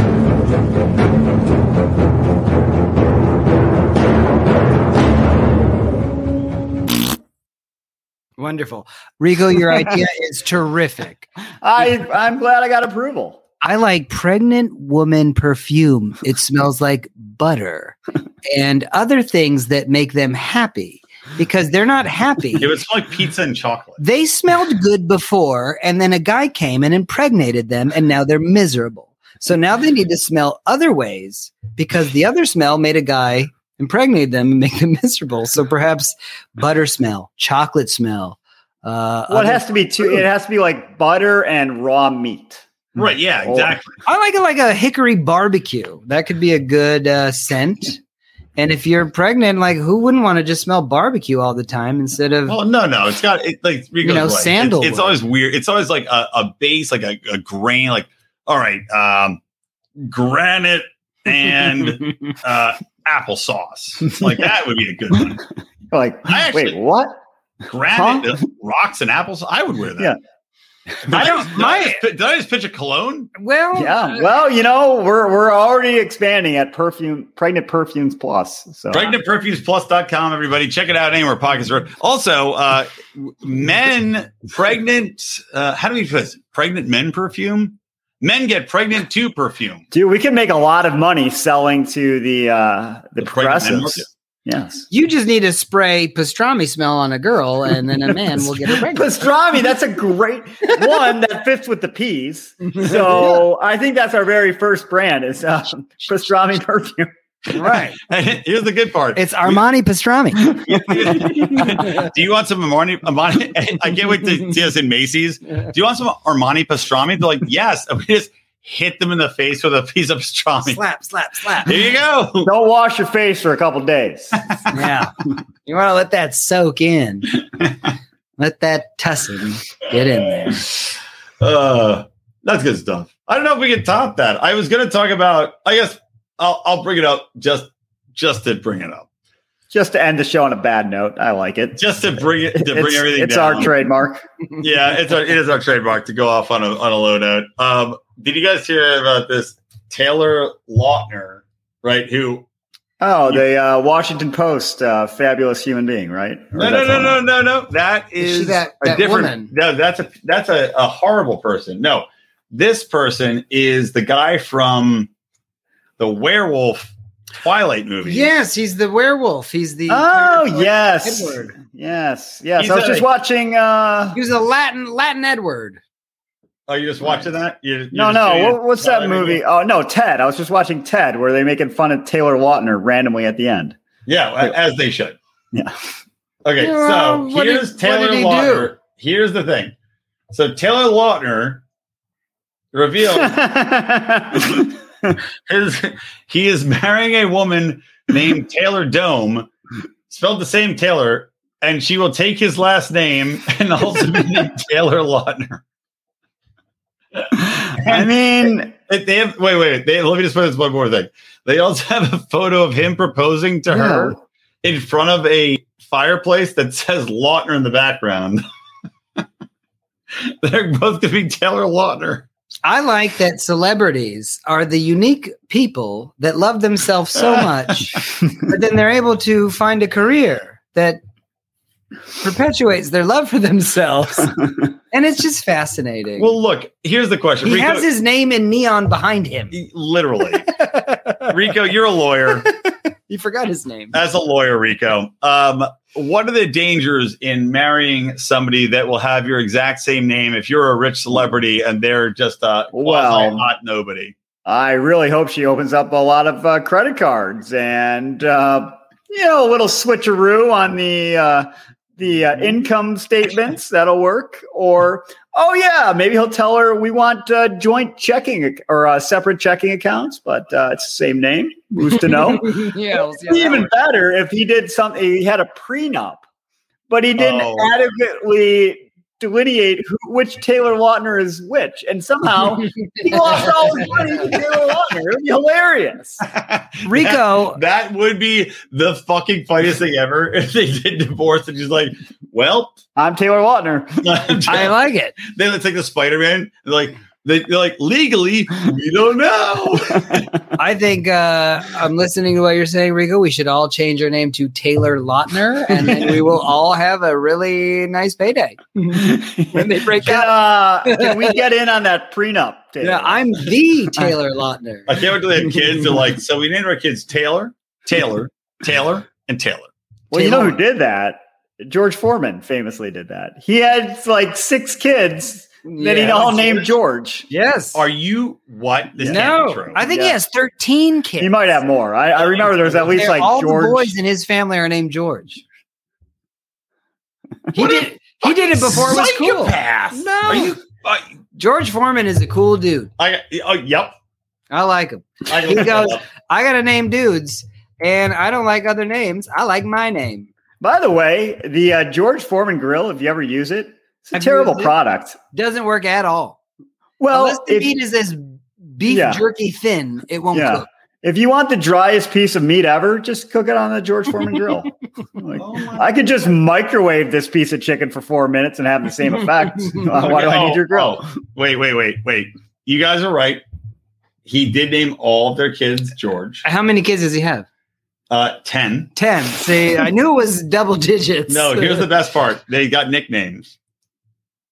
Speaker 3: Wonderful. Rico, your <laughs> idea is terrific.
Speaker 2: I, I'm glad I got approval.
Speaker 3: I like pregnant woman perfume. It smells like butter and other things that make them happy because they're not happy.
Speaker 1: <laughs> It was like pizza and chocolate.
Speaker 3: They smelled good before, and then a guy came and impregnated them, and now they're miserable. So now they need to smell other ways because the other smell made a guy impregnate them and make them <laughs> miserable. So perhaps butter smell, chocolate smell. Uh,
Speaker 2: Well, it
Speaker 3: other-
Speaker 2: has to be two. It has to be like butter and raw meat.
Speaker 1: Right? Yeah,
Speaker 2: Oh.
Speaker 1: exactly.
Speaker 3: I like it like a hickory barbecue. That could be a good uh, scent. And if you're pregnant, like who wouldn't want to just smell barbecue all the time instead of
Speaker 1: Well, no, no, it's got it, like Rico's
Speaker 3: You know,
Speaker 1: right. It's-
Speaker 3: sandalwood.
Speaker 1: It's, always weird. It's always like a, a base, like a, a grain. Like, all right, um, granite
Speaker 3: <laughs>
Speaker 1: and uh, applesauce. Like that would be a good
Speaker 3: <laughs>
Speaker 1: one.
Speaker 2: Like,
Speaker 1: I actually-
Speaker 2: wait, what?
Speaker 1: Granite rocks and apples. I would wear that.
Speaker 2: Yeah.
Speaker 1: I
Speaker 7: don't-
Speaker 1: Did
Speaker 7: my-
Speaker 1: I just, pi- did I just pitch a cologne?
Speaker 3: Well,
Speaker 1: Oh,
Speaker 2: Yeah. Well, you know, we're we're already expanding at perfume pregnant perfumes plus. So
Speaker 1: PregnantPerfumesPlus.com, everybody. Check it out anywhere podcasts are. Also, uh, men pregnant, uh, how do we put this? Pregnant men perfume? Men get pregnant too perfume. <laughs>
Speaker 2: dude, we can make a lot of money selling to the uh the,
Speaker 1: The pregnant men market.
Speaker 2: progressives. Yes.
Speaker 3: you just need to spray pastrami smell on a girl, and then a man will get it pregnant.
Speaker 2: Pastrami, that's a great one that fits with the peas. So I think that's our very first brand is uh, pastrami perfume.
Speaker 3: Right?
Speaker 1: Here's the good part.
Speaker 3: It's Armani pastrami.
Speaker 1: <laughs> do you want some Armani? Armani? <laughs> I can't wait to see us in Macy's. Do you want some Armani pastrami? They're like, yes. <laughs> And we just hit them in the face with a piece of pastrami.
Speaker 3: slap, slap, slap.
Speaker 1: There you go.
Speaker 2: Don't wash your face for a couple days.
Speaker 3: <laughs> Yeah. You want to let that soak <laughs> in. Let that tussin get in there.
Speaker 1: Uh, that's good stuff. I don't know if we can top that. I was going to talk about. I guess I'll I'll bring it up just just to bring it up,
Speaker 2: Just to end the show on a bad note. I like it.
Speaker 1: just to bring it to bring
Speaker 2: it's
Speaker 1: everything.
Speaker 2: it's
Speaker 1: down.
Speaker 2: our trademark.
Speaker 1: Yeah, it's our it is our trademark to go off on a on a low note. Um, did you guys hear about this Taylor Lautner? Right, who?
Speaker 2: Oh, the uh, Washington Post, uh, fabulous human being, right? Or
Speaker 1: No, no,
Speaker 2: that's
Speaker 1: no,
Speaker 2: not-
Speaker 1: no, no, no. That
Speaker 3: Is
Speaker 1: is,
Speaker 3: she that-
Speaker 1: a
Speaker 3: that
Speaker 1: different.
Speaker 3: woman?
Speaker 1: No, that's a that's a, a horrible person. No, this person is the guy from the werewolf Twilight movie.
Speaker 3: Yes, he's the werewolf. He's the
Speaker 2: Oh
Speaker 3: Edward.
Speaker 2: yes,
Speaker 3: Edward.
Speaker 2: yes, yes.
Speaker 1: He's
Speaker 2: I was
Speaker 1: a-
Speaker 2: just watching. Uh,
Speaker 3: He was a Latin Latin Edward.
Speaker 1: Are you just watching that? Oh, You're, you're
Speaker 2: no,
Speaker 1: just doing
Speaker 2: no.
Speaker 1: it?
Speaker 2: What, what's that movie? Oh no, Ted. I was just watching Ted, where they're making fun of Taylor Lautner randomly at the end.
Speaker 1: Yeah, a- as they should.
Speaker 2: Yeah.
Speaker 1: Okay,
Speaker 3: Yeah,
Speaker 1: so
Speaker 3: what did-
Speaker 1: here's
Speaker 3: what
Speaker 1: Taylor
Speaker 3: did he
Speaker 1: Lautner. Here's the thing. So Taylor Lautner revealed his he is marrying a woman named Taylor Dome, spelled the same Taylor, and she will take his last name and also be
Speaker 3: <laughs>
Speaker 1: named Taylor Lautner.
Speaker 2: I mean,
Speaker 1: They they have wait, wait. They, let me just put this one more thing. They also have a photo of him proposing to her in front of a fireplace that says Lautner in the background. <laughs> They're both going to be Taylor Lautner.
Speaker 3: I like that celebrities are the unique people that love themselves so <laughs> much, but then they're able to find a career that perpetuates their love for <laughs> themselves. And it's just fascinating.
Speaker 1: Well, look. Here's the question.
Speaker 3: he
Speaker 1: Rico,
Speaker 3: has his name in neon behind him.
Speaker 1: literally, Rico. You're a lawyer.
Speaker 3: You forgot his
Speaker 1: <laughs>
Speaker 3: name.
Speaker 1: As a lawyer, Rico. Um, what are the dangers in marrying somebody that will have your exact same name if you're a rich celebrity and they're just a
Speaker 2: Well-
Speaker 1: quasi hot nobody?
Speaker 2: <laughs> I really hope she opens up a lot of uh, credit cards and uh, you know a little switcheroo on the uh, the
Speaker 1: Mm-hmm.
Speaker 2: uh, income statements. That'll work. Or oh yeah, maybe he'll tell her we want uh, joint checking ac- or uh, separate checking accounts, but uh, it's the same name. Who's
Speaker 1: <laughs>
Speaker 2: to know?
Speaker 3: yeah, we'll see how that
Speaker 2: Even
Speaker 3: works.
Speaker 2: better if he did something. He had a prenup, but he didn't
Speaker 1: Oh.
Speaker 2: adequately delineate who, which Taylor Lautner is which, and
Speaker 3: <laughs>
Speaker 2: somehow. He lost all his money to Taylor Lautner. It would be hilarious.
Speaker 3: Rico,
Speaker 1: That would be the fucking funniest thing ever <laughs> if they did divorce and she's like, well,
Speaker 2: I'm Taylor Lautner.
Speaker 1: <laughs>
Speaker 3: I
Speaker 1: they
Speaker 3: like it.
Speaker 1: let's take the Spider Man. Like they, they're like legally, we don't know.
Speaker 3: I think uh, I'm listening to what you're saying, Rico. We should all change our name to Taylor Lautner, and then
Speaker 2: <laughs>
Speaker 3: we will all have a really nice payday when they break
Speaker 2: Can,
Speaker 3: up.
Speaker 2: uh, can we get in on that prenup? Taylor?
Speaker 3: Yeah, I'm the Taylor Lautner.
Speaker 1: I can't wait till they have kids. They're like, so we named our kids Taylor, Taylor, Taylor, and Taylor.
Speaker 2: well, you know
Speaker 3: Taylor.
Speaker 2: who did that? George Foreman famously did that. He had like six kids that he
Speaker 3: Yeah.
Speaker 2: all named George.
Speaker 3: Yes.
Speaker 1: Are you what? This can't be
Speaker 3: no,
Speaker 1: true.
Speaker 3: I think he
Speaker 2: Yeah.
Speaker 3: has 13 kids.
Speaker 2: He might have more. I, I remember there was at least
Speaker 3: They're-
Speaker 2: like
Speaker 3: all the
Speaker 2: George.
Speaker 3: boys in his family are named George. He did. He did it before it was cool. No,
Speaker 1: Are you? I,
Speaker 3: George Foreman is a cool dude.
Speaker 1: I, oh, yep.
Speaker 3: I like him.
Speaker 1: I
Speaker 3: He goes, I gotta name dudes, and I don't like other names. I like my name.
Speaker 2: By the way, the uh, George Foreman grill, if you ever use it, it's a
Speaker 3: Have you
Speaker 2: terrible
Speaker 3: used it?
Speaker 2: product.
Speaker 3: Doesn't work at all.
Speaker 2: Well,
Speaker 3: Unless the
Speaker 2: if-
Speaker 3: meat is as beef
Speaker 2: Yeah.
Speaker 3: jerky thin, it won't
Speaker 2: Yeah.
Speaker 3: cook.
Speaker 2: If you want the driest piece of meat ever, just cook it on the George Foreman
Speaker 3: <laughs>
Speaker 2: grill. Like,
Speaker 3: Oh
Speaker 2: I could just microwave this piece of chicken for four minutes and have the same
Speaker 3: <laughs>
Speaker 2: effect. "Uh, Why do I need your grill?
Speaker 1: Oh, wait, wait, wait, wait. You guys are right. He did name all of their kids George.
Speaker 3: How many kids does he have?
Speaker 1: Uh, ten.
Speaker 3: Ten. See, I knew it was double digits.
Speaker 1: No, here's the best part. They got nicknames,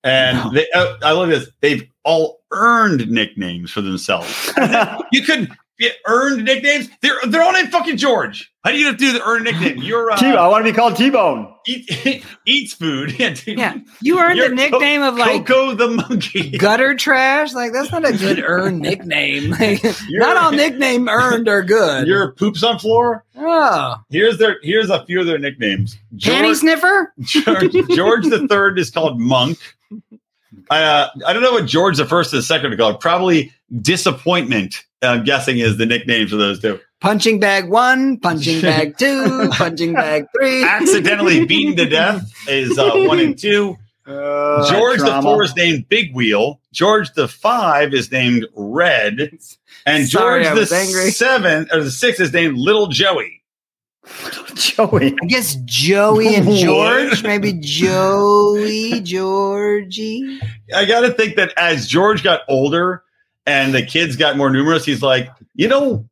Speaker 1: and they, oh, I love this. They've all earned nicknames for themselves. you could get earned nicknames. They're they're all named fucking George. How do you do the earned nickname? You're
Speaker 2: <laughs> T- I
Speaker 1: uh,
Speaker 2: want to be called T Bone.
Speaker 1: eat, <laughs> eats food. Yeah, dude.
Speaker 3: <laughs> Yeah, you earned
Speaker 1: You're
Speaker 3: the nickname of like
Speaker 1: Coco the monkey.
Speaker 3: gutter trash. Like that's not a good earned nickname. <laughs>
Speaker 1: <laughs>
Speaker 3: Like,
Speaker 1: You're-
Speaker 3: not
Speaker 1: <laughs>
Speaker 3: all nickname earned are good.
Speaker 1: Your poops on floor.
Speaker 3: oh,
Speaker 1: Here's their here's a few of their nicknames.
Speaker 3: panty
Speaker 1: George
Speaker 3: sniffer.
Speaker 1: George, George the third is called Monk. I uh, I don't know what George the first and the second are called. Probably disappointment. I'm guessing is the nickname for those
Speaker 3: <laughs>
Speaker 1: two.
Speaker 3: Punching bag one,
Speaker 1: <laughs>
Speaker 3: punching bag two, punching bag three.
Speaker 1: Accidentally beaten to death is uh, one and two.
Speaker 2: Uh,
Speaker 3: Uh,
Speaker 1: George the
Speaker 2: trauma.
Speaker 1: four is named Big Wheel. George the five is named Red, and
Speaker 3: Sorry, I
Speaker 1: George
Speaker 3: was
Speaker 1: the
Speaker 3: angry.
Speaker 1: seven or the six is named Little Joey.
Speaker 2: <laughs> Joey.
Speaker 3: I guess Joey
Speaker 1: <laughs>
Speaker 3: and
Speaker 1: What?
Speaker 3: George, maybe Joey, Georgie.
Speaker 1: I got to think that as George got older and the kids got more numerous, he's like, you know,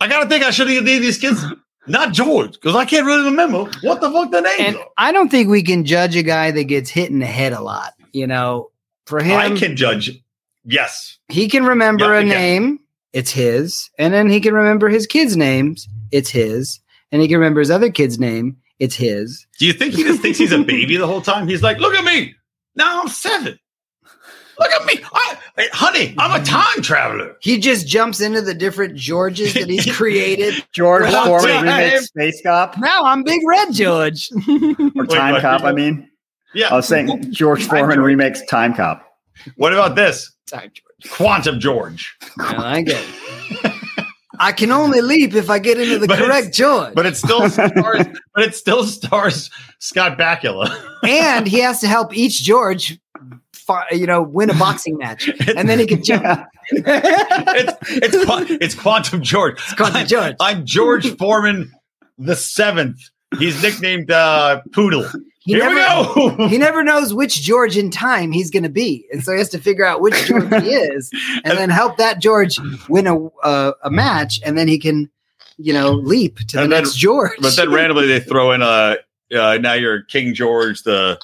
Speaker 1: I got to think I should have named these kids not George because I can't really remember what the fuck the names
Speaker 3: And
Speaker 1: are.
Speaker 3: I don't think we can judge a guy that gets hit in the head a lot. You know, for him,
Speaker 1: I can judge. Yes.
Speaker 3: he can remember
Speaker 1: Yeah,
Speaker 3: a
Speaker 1: he can.
Speaker 3: name, it's his, and then he can remember his kids' names, it's his, and he can remember his other kid's name, it's his.
Speaker 1: Do you think he just thinks he's a baby the whole time? He's like, look at me. Now I'm seven. Look at me. I, hey, honey, I'm a time traveler.
Speaker 3: He just jumps into the different Georges
Speaker 1: <laughs>
Speaker 3: that he's created.
Speaker 2: George
Speaker 1: Well,
Speaker 2: Foreman
Speaker 1: time.
Speaker 2: remix Space Cop
Speaker 3: Now I'm Big Red George.
Speaker 2: or
Speaker 1: Wait,
Speaker 2: Time
Speaker 1: what?
Speaker 2: Cop. I mean,
Speaker 1: Yeah.
Speaker 2: I was
Speaker 3: <laughs>
Speaker 2: saying George Foreman remix Time Cop. <laughs>
Speaker 1: What about this?
Speaker 3: Sorry, George.
Speaker 1: Quantum George.
Speaker 3: I like it.
Speaker 1: <laughs>
Speaker 3: I can only leap if I get into the
Speaker 1: But it's-
Speaker 3: correct George.
Speaker 1: But it still
Speaker 3: <laughs>
Speaker 1: stars, but it still stars Scott Bakula.
Speaker 3: and he has to help each George, fi- you know, win a boxing match, and then he can jump. <laughs>
Speaker 1: it's it's qua- it's quantum George.
Speaker 3: Quantum
Speaker 1: I'm,
Speaker 3: George.
Speaker 1: I'm George Foreman the seventh. He's nicknamed uh, Poodle.
Speaker 3: He
Speaker 1: Here
Speaker 3: never-
Speaker 1: we go.
Speaker 3: He never knows which George in time he's going to be, and so he has to figure out which George he is, and then help that George win a uh, a match, and then he can, you know, leap to the
Speaker 1: And then-
Speaker 3: next George.
Speaker 1: but then randomly they throw in uh, uh now you're King George the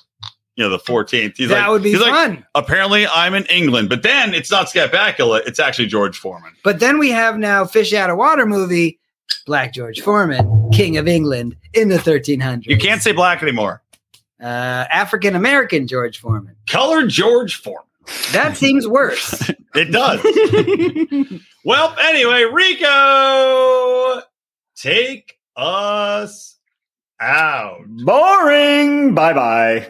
Speaker 1: you know the fourteenth. He's
Speaker 3: that
Speaker 1: like
Speaker 3: would be
Speaker 1: he's like,
Speaker 3: fun.
Speaker 1: Apparently I'm in England, but then it's not Scott Bakula. It's actually George Foreman.
Speaker 3: But then we have now Fish Out of Water movie, Black George Foreman, King of England in the 1300s.
Speaker 1: You can't say black anymore.
Speaker 3: Uh, African American George Foreman.
Speaker 1: Color George Foreman.
Speaker 3: That seems worse.
Speaker 1: It
Speaker 3: <laughs>
Speaker 1: does. well, anyway, Rico, take us out.
Speaker 2: Boring. Bye bye.